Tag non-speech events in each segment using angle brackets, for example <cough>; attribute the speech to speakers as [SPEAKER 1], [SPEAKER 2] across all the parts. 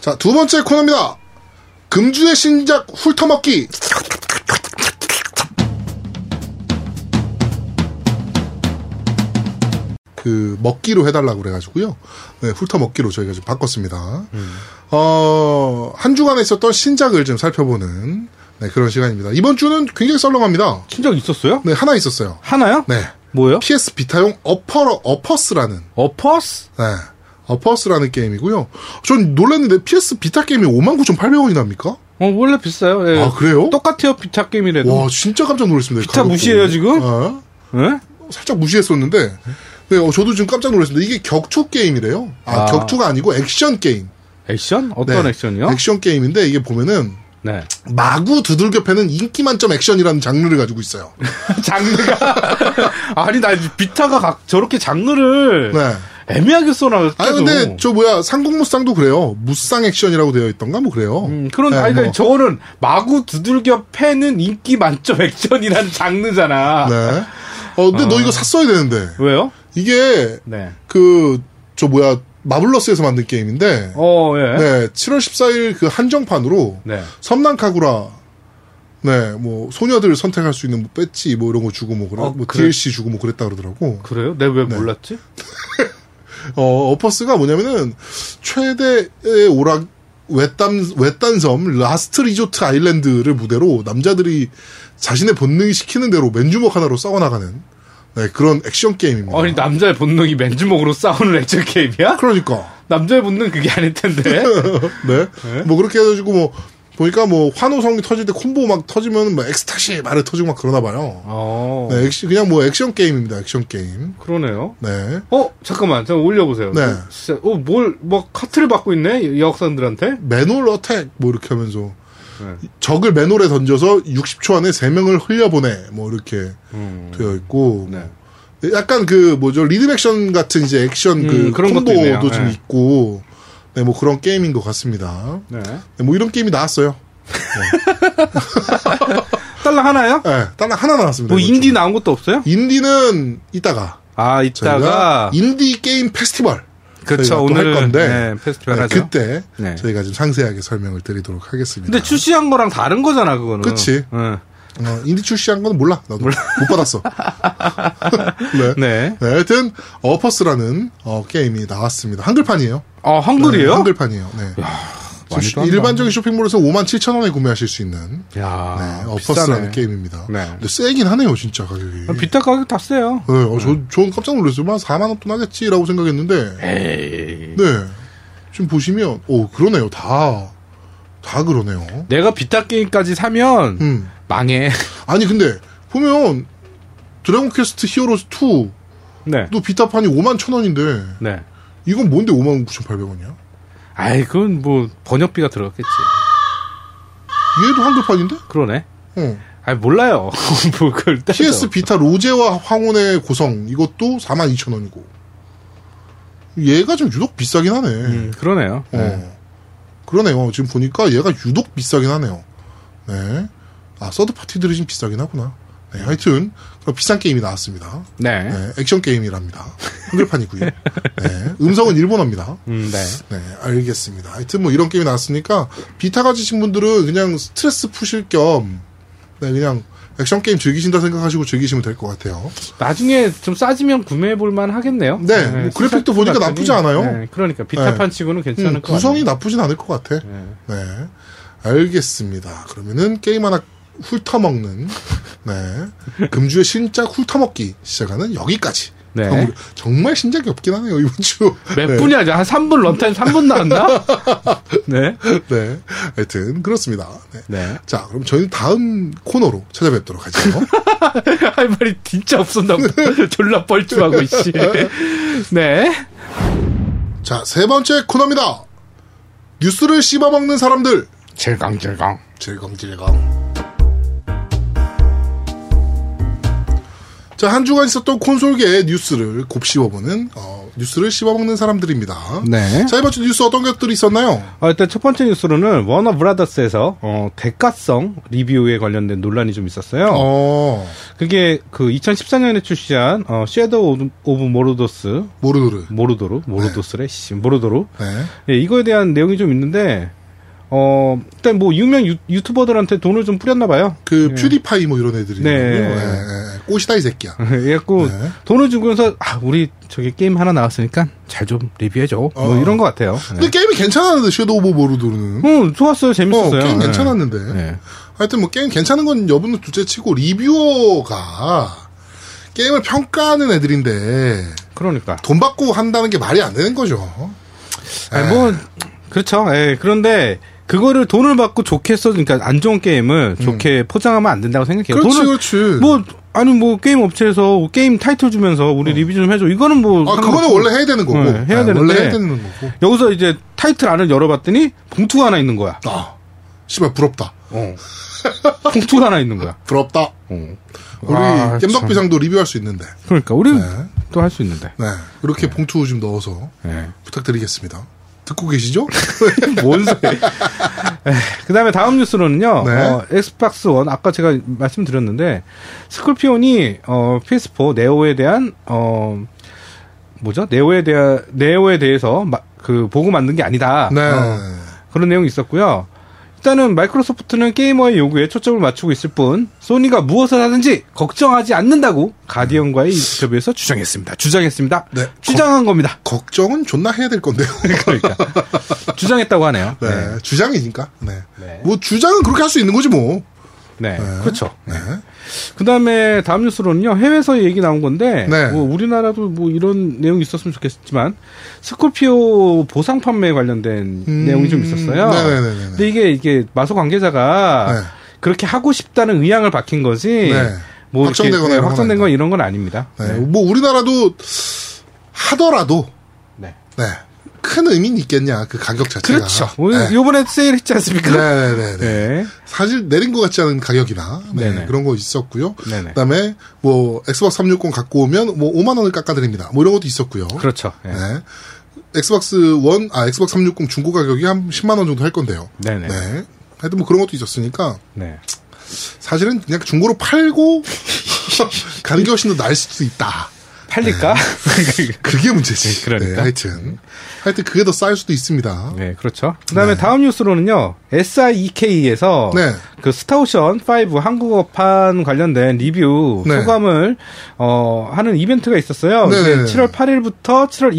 [SPEAKER 1] 자, 두 번째 코너입니다. 금주의 신작 훑어먹기. 그 먹기로 해달라고 그래가지고요. 네, 훑어먹기로 저희가 좀 바꿨습니다. 어, 한 주간에 있었던 신작을 좀 살펴보는 네, 그런 시간입니다. 이번 주는 굉장히 썰렁합니다.
[SPEAKER 2] 신작 있었어요?
[SPEAKER 1] 네, 하나 있었어요.
[SPEAKER 2] 하나요?
[SPEAKER 1] 네.
[SPEAKER 2] 뭐예요?
[SPEAKER 1] PS 비타용 어퍼, 어퍼스라는
[SPEAKER 2] 어퍼스?
[SPEAKER 1] 네. 어퍼스라는 게임이고요. 전 놀랐는데 PS 비타 게임이 59,800원이 납니까?
[SPEAKER 2] 어, 원래 비싸요. 예.
[SPEAKER 1] 아, 그래요?
[SPEAKER 2] 똑같아요, 비타 게임이라도.
[SPEAKER 1] 와, 진짜 깜짝 놀랐습니다.
[SPEAKER 2] 비타
[SPEAKER 1] 가격
[SPEAKER 2] 무시해요,
[SPEAKER 1] 때문에.
[SPEAKER 2] 지금?
[SPEAKER 1] 네.
[SPEAKER 2] 예?
[SPEAKER 1] 살짝 무시했었는데, 네, 어, 저도 지금 깜짝 놀랐습니다. 이게 격투 게임이래요. 아,
[SPEAKER 2] 아.
[SPEAKER 1] 격투가 아니고 액션 게임.
[SPEAKER 2] 액션?
[SPEAKER 1] 네.
[SPEAKER 2] 어떤 액션이요?
[SPEAKER 1] 액션 게임인데, 이게 보면은,
[SPEAKER 2] 네.
[SPEAKER 1] <laughs> 마구 두들겨 패는 인기 만점 액션이라는 장르를 가지고 있어요.
[SPEAKER 2] 네. 장르가. <laughs> 아니, 나 이제 비타가 각- 저렇게 장르를
[SPEAKER 1] 네.
[SPEAKER 2] 애매하게 써놔.
[SPEAKER 1] 아 근데 저 뭐야 상국 무쌍도 그래요. 무쌍 액션이라고 되어 있던가 뭐 그래요.
[SPEAKER 2] 음, 그런,
[SPEAKER 1] 네,
[SPEAKER 2] 아니,
[SPEAKER 1] 뭐.
[SPEAKER 2] 그러니까 저거는 마구 두들겨 패는 인기 만점 <laughs> 액션이란 장르잖아.
[SPEAKER 1] 네. 어 근데 너 이거 샀어야 되는데
[SPEAKER 2] 왜요?
[SPEAKER 1] 이게
[SPEAKER 2] 네.
[SPEAKER 1] 그 저 뭐야 마블러스에서 만든 게임인데
[SPEAKER 2] 어, 예.
[SPEAKER 1] 네 7월 14일 그 한정판으로
[SPEAKER 2] 네.
[SPEAKER 1] 섬난 카구라 네 뭐 소녀들 선택할 수 있는 뭐 배지 뭐 이런 거 주고 뭐 그래
[SPEAKER 2] 어,
[SPEAKER 1] 뭐
[SPEAKER 2] 그래.
[SPEAKER 1] DLC 주고 뭐 그랬다 그러더라고
[SPEAKER 2] 그래요? 내가
[SPEAKER 1] 네.
[SPEAKER 2] 왜 몰랐지?
[SPEAKER 1] 어 어퍼스가 뭐냐면은 최대의 오락 외딴 외딴섬 라스트 리조트 아일랜드를 무대로 남자들이 자신의 본능이 시키는 대로 맨주먹 하나로 싸워나가는 네 그런 액션 게임입니다.
[SPEAKER 2] 아니, 남자의 본능이 맨주먹으로 싸우는 액션 게임이야?
[SPEAKER 1] 그러니까
[SPEAKER 2] 남자의 본능 그게 아닐 텐데.
[SPEAKER 1] <laughs> 네. 뭐 그렇게 해가지고 뭐 보니까 뭐 환호성이 터질 때 콤보 막 터지면 막 엑스타시 말이 터지고 막 그러나 봐요.
[SPEAKER 2] 어,
[SPEAKER 1] 네, 액시, 그냥 뭐 액션 게임입니다. 액션 게임.
[SPEAKER 2] 그러네요.
[SPEAKER 1] 네.
[SPEAKER 2] 어, 잠깐만, 잠깐 올려보세요.
[SPEAKER 1] 네.
[SPEAKER 2] 진짜, 어, 뭘, 뭐, 카트를 받고 있네? 여학생들한테?
[SPEAKER 1] 맨홀 어택 뭐 이렇게 하면서
[SPEAKER 2] 네.
[SPEAKER 1] 적을 맨홀에 던져서 60초 안에 3명을 흘려보내 뭐 이렇게
[SPEAKER 2] 음,
[SPEAKER 1] 되어 있고
[SPEAKER 2] 네.
[SPEAKER 1] 약간 그 뭐죠 리듬 액션 같은 이제 액션 그
[SPEAKER 2] 음, 그런 것도
[SPEAKER 1] 콤보도
[SPEAKER 2] 있네요.
[SPEAKER 1] 좀
[SPEAKER 2] 네.
[SPEAKER 1] 있고 네 뭐 그런 게임인 것 같습니다.
[SPEAKER 2] 네.
[SPEAKER 1] 네, 뭐 이런 게임이 나왔어요.
[SPEAKER 2] 딸랑 하나요?
[SPEAKER 1] 네, 단 하나 나왔습니다.
[SPEAKER 2] 뭐,
[SPEAKER 1] 이번
[SPEAKER 2] 인디
[SPEAKER 1] 주에.
[SPEAKER 2] 나온 것도 없어요?
[SPEAKER 1] 인디는 이따가
[SPEAKER 2] 아,
[SPEAKER 1] 저희가
[SPEAKER 2] 이따가.
[SPEAKER 1] 인디 게임 페스티벌 저희가
[SPEAKER 2] 그쵸,
[SPEAKER 1] 또할
[SPEAKER 2] 오늘은.
[SPEAKER 1] 건데
[SPEAKER 2] 네, 페스티벌
[SPEAKER 1] 네,
[SPEAKER 2] 하죠.
[SPEAKER 1] 그때
[SPEAKER 2] 네.
[SPEAKER 1] 저희가 좀 상세하게 설명을 드리도록 하겠습니다.
[SPEAKER 2] 근데 출시한 거랑 다른 거잖아, 그거는.
[SPEAKER 1] 그치.
[SPEAKER 2] 응.
[SPEAKER 1] 어, 인디 출시한 건 몰라 나도 못
[SPEAKER 2] <laughs>
[SPEAKER 1] 받았어. 네. 네.
[SPEAKER 2] 네.
[SPEAKER 1] 하여튼 어퍼스라는 어, 게임이 나왔습니다. 한글판이에요.
[SPEAKER 2] 어, 한글이에요?
[SPEAKER 1] 네, 한글판이에요. 네.
[SPEAKER 2] 많이도
[SPEAKER 1] 수-
[SPEAKER 2] 한다.
[SPEAKER 1] 일반적인 쇼핑몰에서 5만 7천 원에 구매하실 수 있는
[SPEAKER 2] 야,
[SPEAKER 1] 네, 어퍼스라는
[SPEAKER 2] 아, 비싸네.
[SPEAKER 1] 게임입니다.
[SPEAKER 2] 네. 아,
[SPEAKER 1] 근데 세긴 하네요, 진짜 가격이.
[SPEAKER 2] 비타 가격 다 세요.
[SPEAKER 1] 네, 어, 저, 전 깜짝 놀랐어요. 뭐 한 4만 원돈 하겠지라고 생각했는데,
[SPEAKER 2] 에이.
[SPEAKER 1] 네. 지금 보시면, 오, 그러네요. 다, 다 그러네요.
[SPEAKER 2] 내가 비타 게임까지 사면
[SPEAKER 1] 음.
[SPEAKER 2] 망해. <laughs>
[SPEAKER 1] 아니, 근데, 보면, 드래곤 퀘스트 히어로즈 2도
[SPEAKER 2] 네.
[SPEAKER 1] 비타판이 5만 천 원인데,
[SPEAKER 2] 네.
[SPEAKER 1] 이건 뭔데 5만 9,800원이야?
[SPEAKER 2] 아이, 그건 뭐 번역비가 들어갔겠지.
[SPEAKER 1] 얘도 한글판인데?
[SPEAKER 2] 그러네.
[SPEAKER 1] 어.
[SPEAKER 2] 아이, 몰라요. <laughs> 뭐 그걸 따져.
[SPEAKER 1] PS 비타 로제와 황혼의 고성, 이것도 4만 2천 원이고. 얘가 좀 유독 비싸긴 하네.
[SPEAKER 2] 음, 그러네요.
[SPEAKER 1] 어.
[SPEAKER 2] 네.
[SPEAKER 1] 그러네요. 지금 보니까 얘가 유독 비싸긴 하네요. 네. 아, 서드파티들이 좀 비싸긴 하구나. 네, 하여튼, 그런 비싼 게임이 나왔습니다.
[SPEAKER 2] 네.
[SPEAKER 1] 네, 액션 게임이랍니다. 한글판이고요. 네, 음성은 일본어입니다.
[SPEAKER 2] 음, 네.
[SPEAKER 1] 네, 알겠습니다. 하여튼 뭐 이런 게임이 나왔으니까 비타 가지신 분들은 그냥 스트레스 푸실 겸 네, 그냥 액션 게임 즐기신다 생각하시고 즐기시면 될 것 같아요.
[SPEAKER 2] 나중에 좀 싸지면 구매해 볼만 하겠네요.
[SPEAKER 1] 네, 뭐 그래픽도
[SPEAKER 2] 스타트
[SPEAKER 1] 보니까
[SPEAKER 2] 같으니.
[SPEAKER 1] 나쁘지 않아요.
[SPEAKER 2] 네, 그러니까 비타판 치고는 괜찮을
[SPEAKER 1] 음,
[SPEAKER 2] 것 같아요.
[SPEAKER 1] 구성이 나쁘진 않을 것 같아. 네. 알겠습니다. 그러면은 게임 하나 훑어먹는, 네. 금주의 신작 훑어먹기 시작하는 여기까지.
[SPEAKER 2] 네.
[SPEAKER 1] 그럼 우리 정말 신작이 없긴 하네요, 이번 주.
[SPEAKER 2] 몇
[SPEAKER 1] 네.
[SPEAKER 2] 분이야? 이제 한 3분 런타임 3분 나왔나? <laughs> 네.
[SPEAKER 1] 네. 하여튼, 그렇습니다. 네.
[SPEAKER 2] 네.
[SPEAKER 1] 자, 그럼 저희는 다음 코너로 찾아뵙도록 하죠.
[SPEAKER 2] <laughs> 할 말이 진짜 없었나 보다. <laughs> 졸라
[SPEAKER 1] <laughs>
[SPEAKER 2] 뻘쭘하고, 씨. 네.
[SPEAKER 1] 자, 세 번째 코너입니다. 뉴스를 씹어먹는 사람들.
[SPEAKER 2] 질강질강.
[SPEAKER 1] 질겅질겅. 자, 한 주간 있었던 콘솔계의 뉴스를 곱씹어보는, 어, 뉴스를 씹어먹는 사람들입니다.
[SPEAKER 2] 네.
[SPEAKER 1] 자, 이번 주 뉴스 어떤 것들이 있었나요?
[SPEAKER 2] 어, 일단 첫 번째 뉴스로는 워너 브라더스에서 어, 대가성 리뷰에 관련된 논란이 좀 있었어요.
[SPEAKER 1] 어,
[SPEAKER 2] 그게 그 2014년에 출시한 어, 섀도우 오브- 오브 모르도스
[SPEAKER 1] 모르르.
[SPEAKER 2] 모르도르 모르도스래 씨, 모르도르
[SPEAKER 1] 네.
[SPEAKER 2] 예, 이거에 대한 내용이 좀 있는데 어 일단 뭐 유명 유, 투버들한테 돈을 좀 뿌렸나 봐요. <laughs>
[SPEAKER 1] 그 퓨디파이 뭐 이런 애들이. 있거든요.
[SPEAKER 2] 네.
[SPEAKER 1] 예, 예. 꽃이다, 이 새끼야.
[SPEAKER 2] 그래갖고
[SPEAKER 1] 네.
[SPEAKER 2] 돈을 주고서 아 우리 저기 게임 하나 나왔으니까 잘 좀 리뷰해줘
[SPEAKER 1] 어. 네.
[SPEAKER 2] 뭐 이런 것 같아요.
[SPEAKER 1] 근데 게임이 괜찮았는데, 섀도우 오브 모르르는.
[SPEAKER 2] 음 좋았어요 재밌었어요.
[SPEAKER 1] 게임
[SPEAKER 2] 네.
[SPEAKER 1] 괜찮았는데.
[SPEAKER 2] 네.
[SPEAKER 1] 하여튼 뭐 게임 괜찮은 건 여부는 둘째 치고 리뷰어가 게임을 평가하는 애들인데
[SPEAKER 2] 그러니까
[SPEAKER 1] 돈 받고 한다는 게 말이 안 되는 거죠.
[SPEAKER 2] 아니, 뭐
[SPEAKER 1] 네.
[SPEAKER 2] 그렇죠. 예, 그런데 그거를 돈을 받고 좋게 써 그러니까 안 좋은 게임을 좋게 포장하면 안 된다고 생각해요.
[SPEAKER 1] 음. 그렇지,
[SPEAKER 2] 돈을
[SPEAKER 1] 그렇지.
[SPEAKER 2] 뭐 아니 뭐 게임 업체에서 게임 타이틀 주면서 우리 리뷰 좀 해줘 이거는 뭐
[SPEAKER 1] 음. 아,
[SPEAKER 2] 상관없-
[SPEAKER 1] 그거는 원래 해야 되는 거고.
[SPEAKER 2] 네, 해야
[SPEAKER 1] 네, 원래
[SPEAKER 2] 되는데.
[SPEAKER 1] 해야 되는 거고.
[SPEAKER 2] 여기서 이제 타이틀 안을 열어봤더니 봉투가 하나 있는 거야
[SPEAKER 1] 아, 씨발, 부럽다.
[SPEAKER 2] 어. 봉투가 하나 있는 거야
[SPEAKER 1] 부럽다.
[SPEAKER 2] 어.
[SPEAKER 1] 우리
[SPEAKER 2] 아, 참.
[SPEAKER 1] 겜덕비상도 리뷰할 수 있는데.
[SPEAKER 2] 그러니까 우리
[SPEAKER 1] 네.
[SPEAKER 2] 또 할 수 있는데
[SPEAKER 1] 네. 이렇게 봉투 좀 넣어서
[SPEAKER 2] 네.
[SPEAKER 1] 부탁드리겠습니다. 듣고 계시죠?
[SPEAKER 2] 뭔 소리 그다음에 다음 뉴스로는요
[SPEAKER 1] 네.
[SPEAKER 2] 어, 엑스박스 원 아까 제가 말씀드렸는데 스콜피온이 어, PS4 네오에 대한 어 뭐죠 네오에 대한 네오에 대해서 마- 그 보고 만든 게 아니다
[SPEAKER 1] 네.
[SPEAKER 2] 어, 그런 내용이 있었고요. 일단은 마이크로소프트는 게이머의 요구에 초점을 맞추고 있을 뿐 소니가 무엇을 하든지 걱정하지 않는다고 가디언과의 인터뷰에서 주장했습니다. 주장했습니다.
[SPEAKER 1] 네.
[SPEAKER 2] 주장한 겁니다.
[SPEAKER 1] 걱정은 존나 해야 될
[SPEAKER 2] <laughs>
[SPEAKER 1] 건데요.
[SPEAKER 2] 그러니까 주장했다고 하네요.
[SPEAKER 1] 네.
[SPEAKER 2] 네.
[SPEAKER 1] 주장이니까. 네.
[SPEAKER 2] 네.
[SPEAKER 1] 뭐 주장은 그렇게 할 수 있는 거지 뭐.
[SPEAKER 2] 네. 그렇죠.
[SPEAKER 1] 네.
[SPEAKER 2] 그다음에 다음 뉴스로는요. 해외에서 얘기 나온 건데
[SPEAKER 1] 네.
[SPEAKER 2] 뭐 우리나라도 뭐 이런 내용이 있었으면 좋겠지만 스콜피오 보상 판매에 관련된
[SPEAKER 1] 음,
[SPEAKER 2] 내용이 좀 있었어요.
[SPEAKER 1] 네네네네.
[SPEAKER 2] 근데 이게 이게 마소 관계자가
[SPEAKER 1] 네.
[SPEAKER 2] 그렇게 하고 싶다는 의향을 밝힌 거지.
[SPEAKER 1] 네.
[SPEAKER 2] 뭐
[SPEAKER 1] 확정되거나
[SPEAKER 2] 이렇게,
[SPEAKER 1] 이런
[SPEAKER 2] 네,
[SPEAKER 1] 건
[SPEAKER 2] 확정된
[SPEAKER 1] 아니다.
[SPEAKER 2] 건 이런 건 아닙니다.
[SPEAKER 1] 네. 뭐 우리나라도 하더라도
[SPEAKER 2] 네.
[SPEAKER 1] 네. 큰 의미는 있겠냐 그 가격 자체가.
[SPEAKER 2] 그렇죠.
[SPEAKER 1] 네.
[SPEAKER 2] 오늘 요번에 세일했지 않습니까?
[SPEAKER 1] 네네네.
[SPEAKER 2] 네.
[SPEAKER 1] 사실 내린 것 같지 않은 가격이나 네,
[SPEAKER 2] 네네.
[SPEAKER 1] 그런 거 있었고요.
[SPEAKER 2] 네네.
[SPEAKER 1] 그다음에 뭐 엑스박스 360 갖고 오면 뭐 5만 원을 깎아드립니다. 뭐 이런 것도 있었고요.
[SPEAKER 2] 그렇죠. 네.
[SPEAKER 1] 네. 엑스박스 원, 아, 엑스박스 360 중고 가격이 한 10만원 정도 할 건데요. 네.
[SPEAKER 2] 네네. 네.
[SPEAKER 1] 하여튼 뭐 그런 것도 있었으니까, 사실은 그냥 중고로 팔고, <laughs> 가는 게 훨씬 더 나을 수도 있다.
[SPEAKER 2] 팔릴까? <laughs>
[SPEAKER 1] 그게 문제지.
[SPEAKER 2] 네, 그러니까.
[SPEAKER 1] 네, 하여튼. 하여튼 그게 더 싸일 수도 있습니다.
[SPEAKER 2] 네, 그렇죠. 그다음에 다음 뉴스로는요. SIEK에서
[SPEAKER 1] 네.
[SPEAKER 2] 그 스타오션 5 한국어판 관련된 리뷰
[SPEAKER 1] 네.
[SPEAKER 2] 소감을 어 하는 이벤트가 있었어요.
[SPEAKER 1] 네네네.
[SPEAKER 2] 7월 8일부터 7월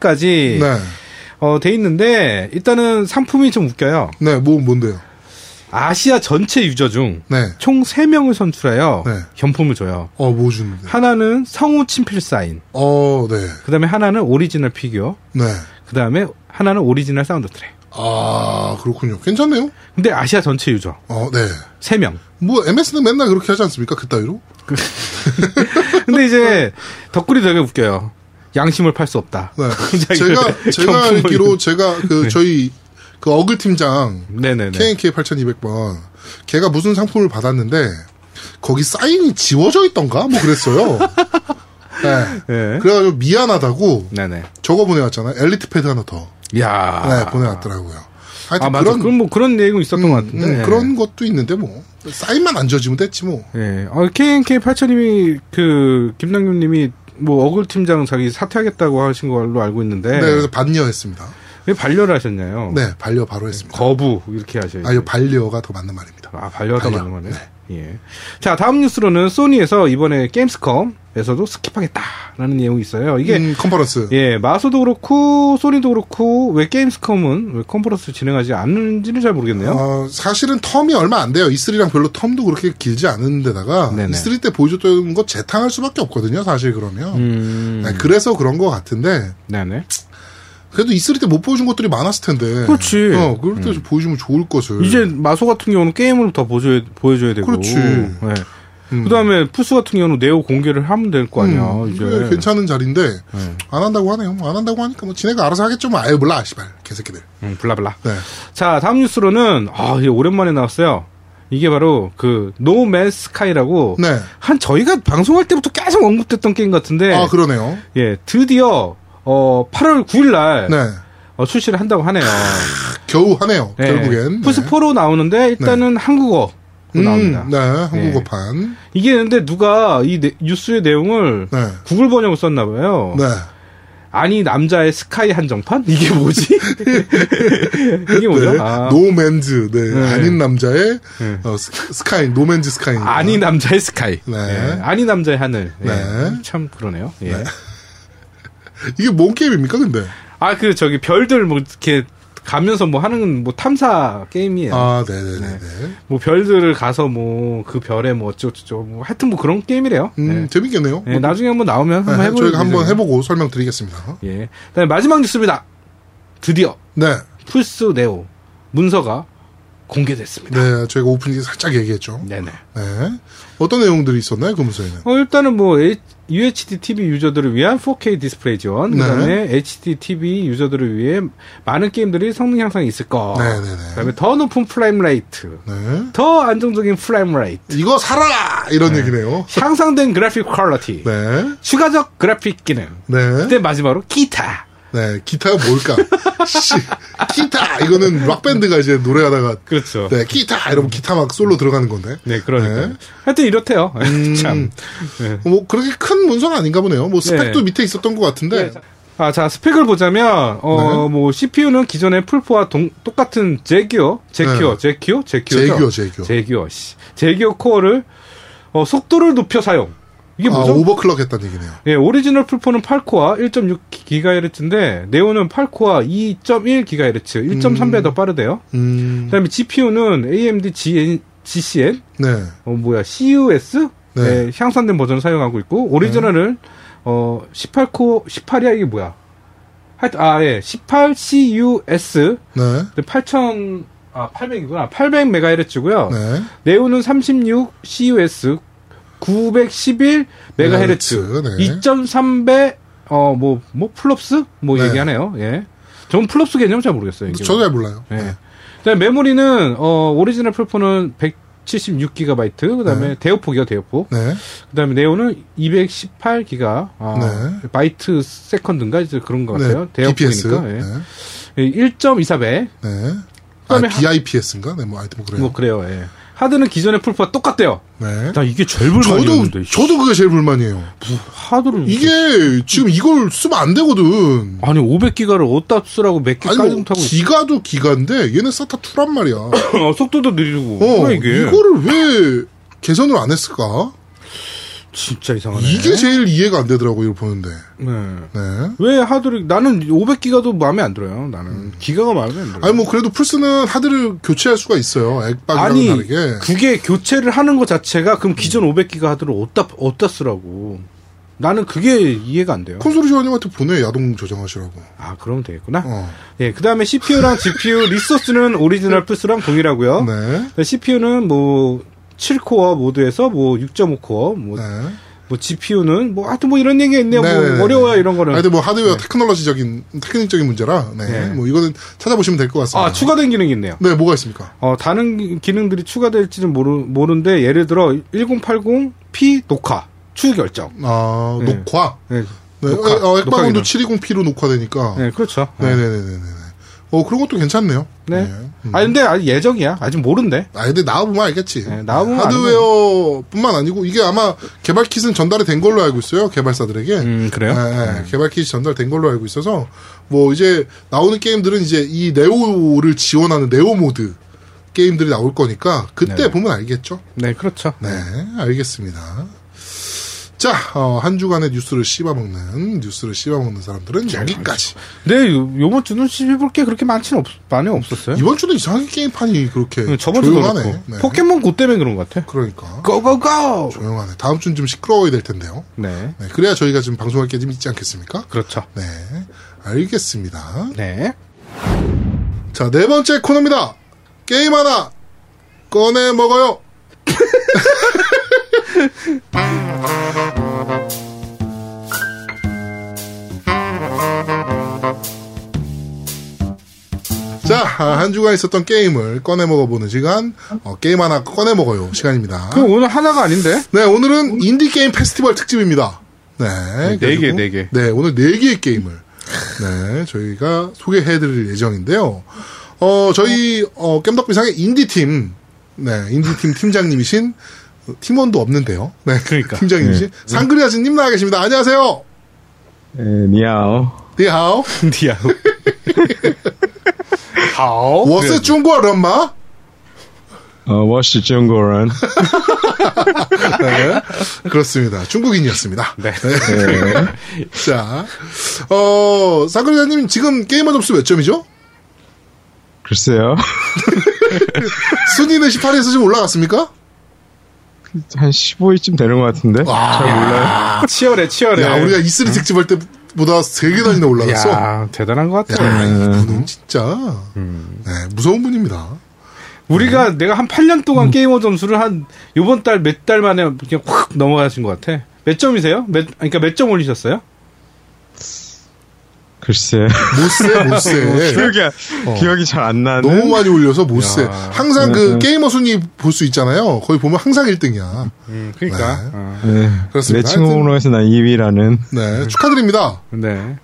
[SPEAKER 2] 21일까지
[SPEAKER 1] 네.
[SPEAKER 2] 어돼 있는데 일단은 상품이 좀 웃겨요.
[SPEAKER 1] 네, 뭐, 뭔데요?
[SPEAKER 2] 아시아 전체 유저 중
[SPEAKER 1] 네.
[SPEAKER 2] 총 3명을 선출하여
[SPEAKER 1] 네.
[SPEAKER 2] 경품을 줘요.
[SPEAKER 1] 어, 뭐 주는데?
[SPEAKER 2] 하나는 성우 친필 사인,
[SPEAKER 1] 어, 네.
[SPEAKER 2] 그 다음에 하나는 오리지널 피규어,
[SPEAKER 1] 네.
[SPEAKER 2] 그 다음에 하나는 오리지널 사운드 트랙.
[SPEAKER 1] 아, 그렇군요. 괜찮네요.
[SPEAKER 2] 근데 아시아 전체 유저
[SPEAKER 1] 어, 네.
[SPEAKER 2] 3명.
[SPEAKER 1] 뭐, MS는 맨날 그렇게 하지 않습니까? 그따위로?
[SPEAKER 2] 근데 이제 덧글이 되게 웃겨요. 양심을 팔 수 없다.
[SPEAKER 1] 네.
[SPEAKER 2] <laughs> 굉장히
[SPEAKER 1] 제가 제가
[SPEAKER 2] <laughs> 경품을-
[SPEAKER 1] 알기로 제가 그 저희 그 어글 팀장
[SPEAKER 2] 네네네.
[SPEAKER 1] KNK 8200번 걔가 무슨 상품을 받았는데 거기 사인이 지워져 있던가 뭐
[SPEAKER 2] <laughs>
[SPEAKER 1] 그랬어요. 네.
[SPEAKER 2] 예.
[SPEAKER 1] 그래가지고 미안하다고
[SPEAKER 2] 네네.
[SPEAKER 1] 저거 보내왔잖아요. 엘리트 패드 하나 더
[SPEAKER 2] 야.
[SPEAKER 1] 네, 보내왔더라고요. 하여튼
[SPEAKER 2] 아 맞아.
[SPEAKER 1] 그런
[SPEAKER 2] 그런 뭐 그런 내용 있었던 것 같은데.
[SPEAKER 1] 네, 그런 것도 있는데 뭐 사인만 안 지워지면 됐지 뭐.
[SPEAKER 2] 예. 어, KNK 8000님이 그 김남균 님이 뭐 어글 팀장 자기 사퇴하겠다고 하신 걸로 알고 있는데
[SPEAKER 1] 네, 그래서 반려했습니다.
[SPEAKER 2] 왜 반려를 하셨냐요?
[SPEAKER 1] 네, 반려 바로 했습니다.
[SPEAKER 2] 거부 이렇게 하셔야지.
[SPEAKER 1] 아유 반려가 더 맞는 말입니다.
[SPEAKER 2] 아, 반려하다
[SPEAKER 1] 반려.
[SPEAKER 2] 맞는 거네. 예. 자, 다음 뉴스로는 소니에서 이번에 게임스컴에서도 스킵하겠다라는 내용이 있어요. 이게
[SPEAKER 1] 음, 컨퍼런스.
[SPEAKER 2] 예, 마소도 그렇고 소니도 그렇고 왜 게임스컴은 왜 컨퍼런스 진행하지 않는지는 잘 모르겠네요.
[SPEAKER 1] 어, 사실은 텀이 얼마 안 돼요. E3랑 별로 텀도 그렇게 길지 않은데다가
[SPEAKER 2] 네네.
[SPEAKER 1] E3 때 보여줬던 거 재탕할 수밖에 없거든요. 사실 그러면.
[SPEAKER 2] 음.
[SPEAKER 1] 네, 그래서 그런 것 같은데
[SPEAKER 2] 네네.
[SPEAKER 1] 그래도 E3 때 못 보여준 것들이 많았을 텐데.
[SPEAKER 2] 그렇지. 음.
[SPEAKER 1] 어, 그럴 때 보여주면 좋을 것을. 음,
[SPEAKER 2] 이제 마소 같은 경우는 게임으로 더 보여줘야, 보여줘야 되고.
[SPEAKER 1] 그렇지.
[SPEAKER 2] 예.
[SPEAKER 1] 음.
[SPEAKER 2] 그다음에 푸스 같은 경우는 네오 공개를 하면 될 거 아니야.
[SPEAKER 1] 음,
[SPEAKER 2] 이제. 네.
[SPEAKER 1] 그게 괜찮은 자리인데 안 한다고 하네요. 안 한다고 하니까 뭐 지네가 알아서 하겠죠. 뭐 아예 몰라, 씨발 개새끼들.
[SPEAKER 2] 음, 블라블라.
[SPEAKER 1] 네.
[SPEAKER 2] 자, 다음 뉴스로는 아, 이게 오랜만에 나왔어요. 이게 바로 그 노맨 스카이라고
[SPEAKER 1] 네. 그-
[SPEAKER 2] 한 저희가 방송할 때부터 계속 언급됐던 게임 같은데
[SPEAKER 1] 아 그러네요.
[SPEAKER 2] 예, 드디어 어, 8월 9일 날
[SPEAKER 1] 네.
[SPEAKER 2] 어, 출시를 한다고 하네요.
[SPEAKER 1] 겨우 하네요.
[SPEAKER 2] 네.
[SPEAKER 1] 아, 결국엔.
[SPEAKER 2] 플스4로 나오는데 일단은 한국어
[SPEAKER 1] 네.
[SPEAKER 2] 로 나옵니다.
[SPEAKER 1] 음, 네. 한국어판.
[SPEAKER 2] 이게 근데 누가 이 내- 뉴스의 내용을
[SPEAKER 1] 네.
[SPEAKER 2] 구글 번역을 썼나 봐요.
[SPEAKER 1] 네.
[SPEAKER 2] 아니 남자의 스카이 한정판? 이게 뭐지?
[SPEAKER 1] <laughs>
[SPEAKER 2] 이게 뭐죠?
[SPEAKER 1] 네.
[SPEAKER 2] 아,
[SPEAKER 1] 노맨즈. 네.
[SPEAKER 2] 네.
[SPEAKER 1] 아닌 남자의
[SPEAKER 2] 네.
[SPEAKER 1] 어, 스- 스카이. 노맨즈 스카이.
[SPEAKER 2] 아니 남자의 스카이.
[SPEAKER 1] 네.
[SPEAKER 2] 예, 아니 남자의 하늘. 예,
[SPEAKER 1] 네.
[SPEAKER 2] 참 그러네요. 예.
[SPEAKER 1] 이게 뭔 게임입니까, 근데?
[SPEAKER 2] 아 그 저기 별들 뭐 이렇게 가면서 뭐 하는 뭐 탐사 게임이에요.
[SPEAKER 1] 아, 네네네. 네.
[SPEAKER 2] 뭐 별들을 가서 뭐 그 별에 뭐 어쩌고저쩌고 뭐 하여튼 뭐 그런 게임이래요.
[SPEAKER 1] 음,
[SPEAKER 2] 네.
[SPEAKER 1] 재밌겠네요.
[SPEAKER 2] 예, 나중에 한번 나오면 한번
[SPEAKER 1] 네,
[SPEAKER 2] 해보죠.
[SPEAKER 1] 저희가 한번 해보고 설명드리겠습니다.
[SPEAKER 2] 예. 그다음에 마지막 뉴스입니다. 드디어
[SPEAKER 1] 네.
[SPEAKER 2] 플스 네오 문서가 공개됐습니다.
[SPEAKER 1] 네, 저희가 오프닝 살짝 얘기했죠.
[SPEAKER 2] 네네.
[SPEAKER 1] 네. 어떤 내용들이 있었나요, 그 문서에는?
[SPEAKER 2] 어, 일단은 뭐 H- UHD TV 유저들을 위한 4K 디스플레이
[SPEAKER 1] 네.
[SPEAKER 2] 지원, 그다음에 HD TV 유저들을 위해 많은 게임들이 성능 향상이 있을 거.
[SPEAKER 1] 네네네.
[SPEAKER 2] 그다음에 더 높은 프레임 레이트,
[SPEAKER 1] 네.
[SPEAKER 2] 더 안정적인 프레임 레이트,
[SPEAKER 1] 이거 사라! 이런 얘기네요.
[SPEAKER 2] 향상된 그래픽 퀄리티,
[SPEAKER 1] 네.
[SPEAKER 2] 추가적 그래픽 기능.
[SPEAKER 1] 네.
[SPEAKER 2] 그때 마지막으로 기타.
[SPEAKER 1] 네. 기타가 뭘까? 씨, 기타! 이거는 락밴드가 이제 노래하다가.
[SPEAKER 2] 그렇죠. 네,
[SPEAKER 1] 네, 기타! 이러면 기타 막 솔로 들어가는 건데.
[SPEAKER 2] 그러니까.
[SPEAKER 1] 네. 음.
[SPEAKER 2] 요 하여튼 이렇대요. <laughs> 참.
[SPEAKER 1] 뭐, 그렇게 큰 문서가 아닌가 보네요. 뭐, 스펙도
[SPEAKER 2] 네.
[SPEAKER 1] 밑에 있었던 것 같은데.
[SPEAKER 2] 아, 자, 스펙을 보자면,
[SPEAKER 1] 네.
[SPEAKER 2] 어, 뭐, CPU는 기존의 풀포와 동, 똑같은 제기어,
[SPEAKER 1] 네.
[SPEAKER 2] 제기어, 제기어, 제기어.
[SPEAKER 1] 제규어, 제규어.
[SPEAKER 2] 그렇죠. 제기어, 씨. 제기어 코어를, 어, 속도를 높여 사용. 이게
[SPEAKER 1] 아,
[SPEAKER 2] 뭐죠?
[SPEAKER 1] 오버클럭 했다는 얘기네요.
[SPEAKER 2] 예, 오리지널 풀포는 8코어 1.6GHz인데, 네오는 8코어 2.1GHz, 1.3배 더 빠르대요. 그
[SPEAKER 1] 음,
[SPEAKER 2] 다음에 GPU는 AMD GN, GCN,
[SPEAKER 1] 네.
[SPEAKER 2] 어, 뭐야, CUS?
[SPEAKER 1] 네.
[SPEAKER 2] 네. 향상된 버전을 사용하고 있고, 오리지널은, 어, 18코, 18이야, 이게 뭐야? 하여튼, 아, 예, 18CUS,
[SPEAKER 1] 네.
[SPEAKER 2] 8000, 아, 800이구나. 800MHz고요.
[SPEAKER 1] 네.
[SPEAKER 2] 네오는 36CUS, 911MHz,
[SPEAKER 1] 네.
[SPEAKER 2] 2.3배, 어, 뭐, 뭐, 플롭스? 뭐
[SPEAKER 1] 네.
[SPEAKER 2] 얘기하네요, 예. 전 플롭스 개념 잘 모르겠어요, 이게.
[SPEAKER 1] 저도 잘 몰라요. 네.
[SPEAKER 2] 예. 그다음에 메모리는 어 오리지널 풀포는 176GB, 그다음에
[SPEAKER 1] 네.
[SPEAKER 2] 대역폭이요, 대역폭.
[SPEAKER 1] 네.
[SPEAKER 2] 그다음에 네오는 218기가 아,
[SPEAKER 1] 네.
[SPEAKER 2] 바이트 세컨드인가 이제 그런 것 같아요.
[SPEAKER 1] BPS.
[SPEAKER 2] 대역폭이니까. 예.
[SPEAKER 1] 네.
[SPEAKER 2] 예, 1.24배.
[SPEAKER 1] 네. 아,
[SPEAKER 2] 그다음에 하-
[SPEAKER 1] BIPS인가? 네, 뭐, 하여튼 뭐 그래요.
[SPEAKER 2] 뭐 그래요. 예. 하드는 기존의 풀포와 똑같대요.
[SPEAKER 1] 네.
[SPEAKER 3] 나 이게 제일
[SPEAKER 1] 저도,
[SPEAKER 3] 불만이었는데.
[SPEAKER 1] 저도 그게 제일 불만이에요.
[SPEAKER 2] 뭐,
[SPEAKER 3] 하드를
[SPEAKER 1] 이게 지금 이걸 쓰면 안 되거든.
[SPEAKER 3] 아니 500기가를 어디다 쓰라고 몇
[SPEAKER 1] 아니,
[SPEAKER 3] 개까지
[SPEAKER 1] 뭐,
[SPEAKER 3] 못하고
[SPEAKER 1] 기가도 기가인데, 얘네 사타 2란
[SPEAKER 2] <laughs>
[SPEAKER 1] 말이야. 어,
[SPEAKER 2] 아,
[SPEAKER 3] 있어. 속도도 느리고. 뭐야, 이게
[SPEAKER 1] 이거를 왜 개선을 안 했을까?
[SPEAKER 3] 진짜 이상하네.
[SPEAKER 1] 이게 제일 이해가 안 되더라고, 이걸 보는데.
[SPEAKER 2] 네.
[SPEAKER 1] 네.
[SPEAKER 2] 왜 하드를 나는 500기가도 마음에 안 들어요. 나는 기가가 마음에 안 들어요.
[SPEAKER 1] 아니, 뭐, 그래도 플스는 하드를 교체할 수가 있어요. 액박이랑
[SPEAKER 2] 아니
[SPEAKER 1] 다르게. 음.
[SPEAKER 2] 그게 교체를 하는 것 자체가 그럼 기존 500기가 하드를 어디다 어디다 쓰라고 나는 그게 이해가 안 돼요.
[SPEAKER 1] 콘솔 시원님한테 보내, 야동 저장하시라고.
[SPEAKER 2] 아 그러면 되겠구나.
[SPEAKER 1] 어.
[SPEAKER 2] 예, 그다음에 CPU랑 GPU
[SPEAKER 1] <laughs>
[SPEAKER 2] 리소스는 오리지널 플스랑 동일하고요.
[SPEAKER 1] 네.
[SPEAKER 2] CPU는 뭐 7코어 모드에서 뭐 6.5코어 뭐,
[SPEAKER 1] 네.
[SPEAKER 2] 뭐 GPU는 뭐 하여튼 뭐 이런 얘기가 있네요.
[SPEAKER 1] 네네네.
[SPEAKER 2] 뭐 어려워요 이런 거는.
[SPEAKER 1] 하여튼 뭐 하드웨어 테크놀로지적인 테크닉적인 문제라 네.
[SPEAKER 2] 네.
[SPEAKER 1] 뭐 이거는 찾아보시면 될 것 같습니다.
[SPEAKER 2] 아 추가된 기능이 있네요.
[SPEAKER 1] 네, 뭐가 있습니까?
[SPEAKER 2] 어, 다른 기- 기능들이 추가될지는 모르, 모르는데 예를 들어 1080p 녹화 추후 결정.
[SPEAKER 1] 아,
[SPEAKER 2] 네.
[SPEAKER 1] 녹화.
[SPEAKER 2] 네,
[SPEAKER 1] 네.
[SPEAKER 2] 녹화,
[SPEAKER 1] 어, 액박온도
[SPEAKER 2] 녹화기능.
[SPEAKER 1] 720p로 녹화되니까. 네,
[SPEAKER 2] 네 그렇죠.
[SPEAKER 1] 네, 네, 네, 네. 어, 그런 것도 괜찮네요.
[SPEAKER 2] 네.
[SPEAKER 1] 음.
[SPEAKER 2] 아 근데 아직 예정이야. 아직 모른대.
[SPEAKER 1] 아, 근데 나와보면 알겠지.
[SPEAKER 2] 네, 나와보면
[SPEAKER 1] 하드웨어뿐만 아니고 이게 아마 개발 킷은 전달이 된 걸로 알고 있어요. 개발사들에게.
[SPEAKER 2] 음, 그래요?
[SPEAKER 1] 네, 네. 개발 킷이 전달된 걸로 알고 있어서 뭐 이제 나오는 게임들은 이제 이 네오를 지원하는 네오 모드 게임들이 나올 거니까 그때 보면 알겠죠.
[SPEAKER 2] 네, 그렇죠.
[SPEAKER 1] 네, 알겠습니다. 자, 어, 한 주간의 뉴스를 씹어먹는 뉴스를 씹어먹는 사람들은 여기까지.
[SPEAKER 2] 네, 요- 요번 주는 씹을 게 그렇게 많진 없, 많이 없었어요.
[SPEAKER 1] 이번 주는 이상하게 게임판이 그렇게
[SPEAKER 2] 네, 저번 주도
[SPEAKER 1] 조용하네.
[SPEAKER 2] 그렇고.
[SPEAKER 1] 네,
[SPEAKER 2] 포켓몬 고 때문에 그런 것 같아.
[SPEAKER 1] 그러니까
[SPEAKER 2] 고고고!
[SPEAKER 1] 조용하네. 다음 주는 좀 시끄러워야 될 텐데요.
[SPEAKER 2] 네,
[SPEAKER 1] 네, 그래야 저희가 지금 방송할 게 좀 있지 않겠습니까?
[SPEAKER 2] 그렇죠.
[SPEAKER 1] 네, 알겠습니다.
[SPEAKER 2] 네.
[SPEAKER 1] 자, 네 번째 코너입니다. 게임 하나 꺼내 먹어요. <laughs> 자, 아, 한 주간 있었던 게임을 꺼내 먹어보는 시간, 어, 게임 하나 꺼내 먹어요 시간입니다.
[SPEAKER 2] 그럼 오늘 하나가 아닌데?
[SPEAKER 1] 네, 오늘은 인디게임 페스티벌 특집입니다. 네.
[SPEAKER 2] 네, 네 개,
[SPEAKER 1] 그래가지고,
[SPEAKER 2] 네 개.
[SPEAKER 1] 네, 오늘 네 개의 게임을 네, 저희가 소개해드릴 예정인데요. 어, 저희, 어, 깸덕비상의 인디팀, 네, 인디팀 팀장님이신, 어, 팀원도 없는데요. 네,
[SPEAKER 2] 그러니까.
[SPEAKER 1] 팀장님이신, 상그리아즈님 나와 계십니다. 안녕하세요!
[SPEAKER 4] 에,
[SPEAKER 2] <laughs>
[SPEAKER 4] 니아오.
[SPEAKER 1] 니하오.
[SPEAKER 2] 디아우.
[SPEAKER 1] <laughs>
[SPEAKER 2] 好
[SPEAKER 1] 워스 중국 런마?
[SPEAKER 4] 어, 워시 중고런.
[SPEAKER 1] <laughs> 네, 그렇습니다. 중국인이었습니다.
[SPEAKER 2] 네.
[SPEAKER 4] 네.
[SPEAKER 1] 자, 어, 상그리아님 지금 게이머 점수 몇 점이죠?
[SPEAKER 4] 글쎄요.
[SPEAKER 1] 순위는 18에서 지금 올라갔습니까?
[SPEAKER 4] 한 15위쯤 되는 것 같은데? 잘 몰라요.
[SPEAKER 2] 아, 치열해, 치열해.
[SPEAKER 1] 야, 우리가 E3 특집 할 때보다 3개단이나 올라갔어.
[SPEAKER 2] 네. 야, 대단한 것 같아.
[SPEAKER 1] 야,
[SPEAKER 2] 요
[SPEAKER 1] 이분은 진짜
[SPEAKER 2] 음.
[SPEAKER 1] 네, 무서운 분입니다.
[SPEAKER 2] 우리가 내가 한 8년 동안 게이머 점수를 한 요번 달 몇 달 만에 그냥 확 넘어가신 것 같아. 몇 점이세요? 몇 그러니까 몇 점 올리셨어요?
[SPEAKER 4] 글쎄.
[SPEAKER 1] 못세
[SPEAKER 2] <laughs> 어,
[SPEAKER 1] 못세.
[SPEAKER 4] 기억이, 기억이 잘 안 나는.
[SPEAKER 1] 예. 어. 너무 많이 올려서 못세. 항상 그
[SPEAKER 4] 음.
[SPEAKER 1] 게이머 순위 볼 수 있잖아요. 거기 보면 항상 1등이야.
[SPEAKER 2] 음, 그러니까.
[SPEAKER 1] 네.
[SPEAKER 2] 어,
[SPEAKER 4] 네. 내
[SPEAKER 1] 그렇습니다.
[SPEAKER 4] 친구
[SPEAKER 1] 하여튼-
[SPEAKER 4] 번호에서 난 2위라는.
[SPEAKER 2] 음.
[SPEAKER 1] 네 축하드립니다.
[SPEAKER 2] 네.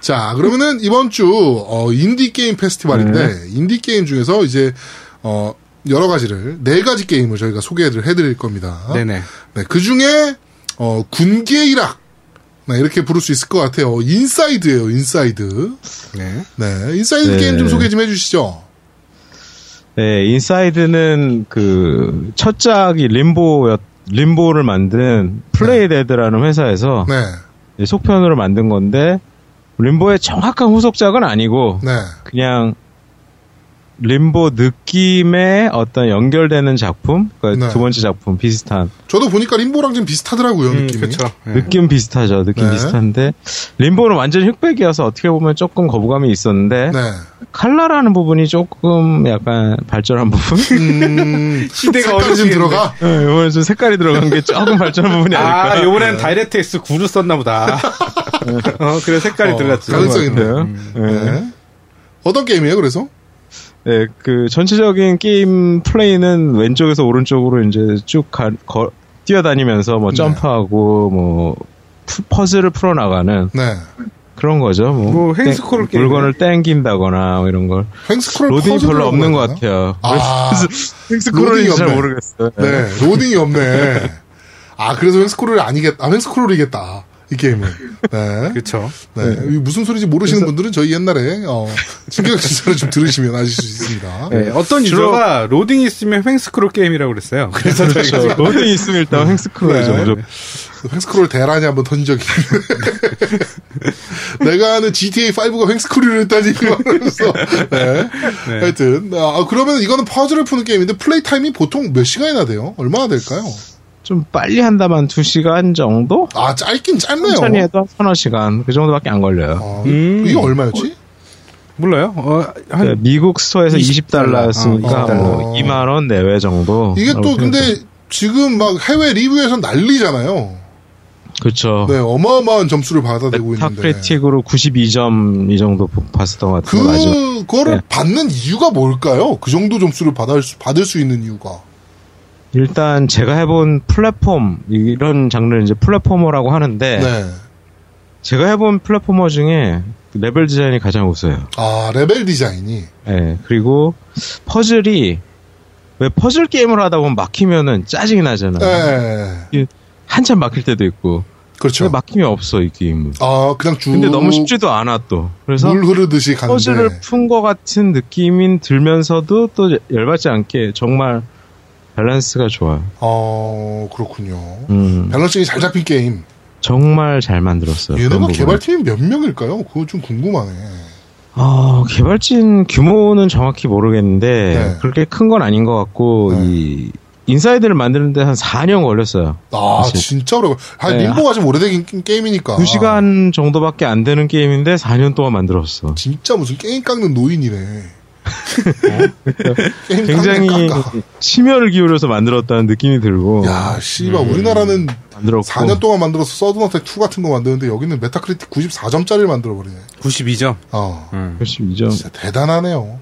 [SPEAKER 1] 자 그러면은 이번 주 어, 인디 게임 페스티벌인데
[SPEAKER 2] 네.
[SPEAKER 1] 인디 게임 중에서 이제 어, 여러 가지를 네 가지 게임을 저희가 소개를 해드릴 겁니다.
[SPEAKER 2] 네네.
[SPEAKER 1] 네, 그 중에, 어, 군계 일학. 네, 이렇게 부를 수 있을 것 같아요. 인사이드예요 인사이드.
[SPEAKER 2] 네.
[SPEAKER 1] 네, 인사이드
[SPEAKER 4] 네.
[SPEAKER 1] 게임 좀 소개 좀 해주시죠.
[SPEAKER 4] 네, 인사이드는 그, 첫작이 림보였, 림보를 만든 플레이데드라는 회사에서
[SPEAKER 1] 네,
[SPEAKER 4] 이제 속편으로 만든 건데, 림보의 정확한 후속작은 아니고,
[SPEAKER 1] 네,
[SPEAKER 4] 그냥 림보 느낌의 어떤 연결되는 작품, 그러니까
[SPEAKER 1] 네.
[SPEAKER 4] 두 번째 작품 비슷한
[SPEAKER 1] 저도 보니까 림보랑 좀 비슷하더라고요
[SPEAKER 2] 음,
[SPEAKER 1] 느낌이.
[SPEAKER 2] 그렇죠.
[SPEAKER 4] 느낌 비슷하죠, 느낌
[SPEAKER 1] 네.
[SPEAKER 4] 비슷한데 림보는 완전 흑백이어서 어떻게 보면 조금 거부감이 있었는데
[SPEAKER 1] 네.
[SPEAKER 4] 칼라라는 부분이 조금 약간 발전한 부분,
[SPEAKER 1] 음, 색깔이
[SPEAKER 2] 시대가
[SPEAKER 1] 좀
[SPEAKER 2] 어려지겠네.
[SPEAKER 1] 들어가.
[SPEAKER 4] <laughs> 네, 이번에 좀 색깔이 들어간 게 조금 발전한 부분이
[SPEAKER 2] 아,
[SPEAKER 4] 아닐까.
[SPEAKER 1] 네.
[SPEAKER 2] 요번엔 다이렉트 X 9를 썼나
[SPEAKER 1] <laughs>
[SPEAKER 2] 보다. 어, 그래, 색깔이
[SPEAKER 1] 어,
[SPEAKER 2] 들어갔지.
[SPEAKER 1] 가능성이 있네.
[SPEAKER 4] 같아요. 네.
[SPEAKER 1] 네. 어떤 게임이에요, 그래서?
[SPEAKER 4] 네, 그 전체적인 게임 플레이는 왼쪽에서 오른쪽으로 이제 쭉 가, 거- 뛰어다니면서 뭐
[SPEAKER 1] 네.
[SPEAKER 4] 점프하고 뭐 푸- 퍼즐을 풀어나가는
[SPEAKER 1] 네.
[SPEAKER 4] 그런 거죠. 뭐,
[SPEAKER 2] 뭐 횡스크롤
[SPEAKER 4] 땡-
[SPEAKER 2] 게임.
[SPEAKER 4] 물건을 땡긴다거나 뭐 이런 걸
[SPEAKER 1] 횡스크롤
[SPEAKER 4] 로딩이
[SPEAKER 1] 퍼즐이라고
[SPEAKER 4] 별로 없는 것
[SPEAKER 1] 해야 되나?
[SPEAKER 4] 같아요.
[SPEAKER 1] 아. <laughs>
[SPEAKER 4] 그래서 횡스크롤인지 잘
[SPEAKER 1] 없네.
[SPEAKER 4] 모르겠어요.
[SPEAKER 1] 네, 로딩이 없네. 아, 그래서 횡스크롤이 아니겠, 아, 횡스크롤이겠다. 이 게임은. 네.
[SPEAKER 2] 그렇죠.
[SPEAKER 1] 네. 이 무슨 소리인지 모르시는 분들은 저희 옛날에 <laughs> 어, 진격 진사를 좀 들으시면 아실 수 있습니다.
[SPEAKER 2] 네, 어떤
[SPEAKER 4] 주로-
[SPEAKER 2] 유저가 로딩이 있으면 횡스크롤 게임이라고 그랬어요. 그래서 저희가
[SPEAKER 4] 그렇죠. 로딩 있으면 일단 횡스크롤이죠.
[SPEAKER 1] 네.
[SPEAKER 4] 무조건.
[SPEAKER 1] 횡스크롤 대란이 한번 던진 적이 있는데. <laughs> 내가 아는 GTA 5가 횡스크롤을 했다니 그러면서 네. 하여튼 아, 그러면 이거는 퍼즐을 푸는 게임인데 플레이 타임이 보통 몇 시간이나 돼요? 얼마나 될까요?
[SPEAKER 4] 좀 빨리 한다면 2시간 정도?
[SPEAKER 1] 아 짧긴 짧네요.
[SPEAKER 4] 천천히 해도 한 서너 시간 그 정도밖에 안 걸려요.
[SPEAKER 1] 아,
[SPEAKER 2] 음.
[SPEAKER 1] 이게 얼마였지?
[SPEAKER 2] 몰라요. 어, 한
[SPEAKER 4] 그러니까 미국 스토어에서 20달러였으니까
[SPEAKER 1] 아, 20달러.
[SPEAKER 4] 뭐 2만 원 내외 정도.
[SPEAKER 1] 이게 또 근데 지금 막 해외 리뷰에선 난리잖아요.
[SPEAKER 4] 그렇죠.
[SPEAKER 1] 네, 어마어마한 네, 점수를 받아내고 있는데.
[SPEAKER 4] 타크리틱으로 92점 이 정도 봤었던 것 같은데 맞아요.
[SPEAKER 1] 그거를
[SPEAKER 4] 네.
[SPEAKER 1] 받는 이유가 뭘까요? 그 정도 점수를 받을 수, 받을 수 있는 이유가.
[SPEAKER 4] 일단 제가 해본 플랫폼 이런 장르는 이제 플랫포머라고 하는데
[SPEAKER 1] 네.
[SPEAKER 4] 제가 해본 플랫포머 중에 레벨 디자인이 가장 우수해요.
[SPEAKER 1] 아, 레벨 디자인이.
[SPEAKER 4] 예. 그리고 퍼즐이 왜 퍼즐 게임을 하다 보면 막히면은 짜증이 나잖아요.
[SPEAKER 1] 네.
[SPEAKER 4] 한참 막힐 때도 있고
[SPEAKER 1] 그렇죠.
[SPEAKER 4] 근데 막힘이 없어 이 게임은.
[SPEAKER 1] 아, 그냥 쭉.
[SPEAKER 4] 근데 너무 쉽지도 않아 또. 그래서
[SPEAKER 1] 물 흐르듯이 가는데.
[SPEAKER 4] 퍼즐을 푼 것 같은 느낌인 들면서도 또 열받지 않게 정말 밸런스가 좋아요.
[SPEAKER 1] 어, 그렇군요.
[SPEAKER 4] 음,
[SPEAKER 1] 밸런싱이 잘 잡힌 게임.
[SPEAKER 4] 정말 잘 만들었어요. 그런
[SPEAKER 1] 얘네가
[SPEAKER 4] 부분은.
[SPEAKER 1] 개발팀이 몇 명일까요? 그거 좀 궁금하네.
[SPEAKER 4] 아, 개발진 규모는 정확히 모르겠는데
[SPEAKER 1] 네.
[SPEAKER 4] 그렇게 큰 건 아닌 것 같고
[SPEAKER 1] 네.
[SPEAKER 4] 이 인사이드를 만드는데 한 4년 걸렸어요.
[SPEAKER 1] 아,
[SPEAKER 4] 사실.
[SPEAKER 1] 진짜 어려워. 아,
[SPEAKER 4] 네.
[SPEAKER 1] 림보가 좀 오래된 게- 게임이니까.
[SPEAKER 4] 2시간 정도밖에 안 되는 게임인데 4년 동안 만들었어.
[SPEAKER 1] 진짜 무슨 게임 깎는
[SPEAKER 4] <laughs>
[SPEAKER 1] 노인이네. 어? 게임
[SPEAKER 4] 굉장히 어.
[SPEAKER 1] 깎는 깎아.
[SPEAKER 4] 심혈을 기울여서 만들었다는 느낌이 들고
[SPEAKER 1] 야, 씨발, 우리나라는
[SPEAKER 4] 음. 만들었고
[SPEAKER 1] 4년 동안 만들어서 서든어택 2 같은 거 만드는데 여기는 메타크리틱 94점짜리를 만들어버리네.
[SPEAKER 2] 92점.
[SPEAKER 1] 어.
[SPEAKER 2] 음.
[SPEAKER 4] 그렇죠.
[SPEAKER 1] 진짜 대단하네요.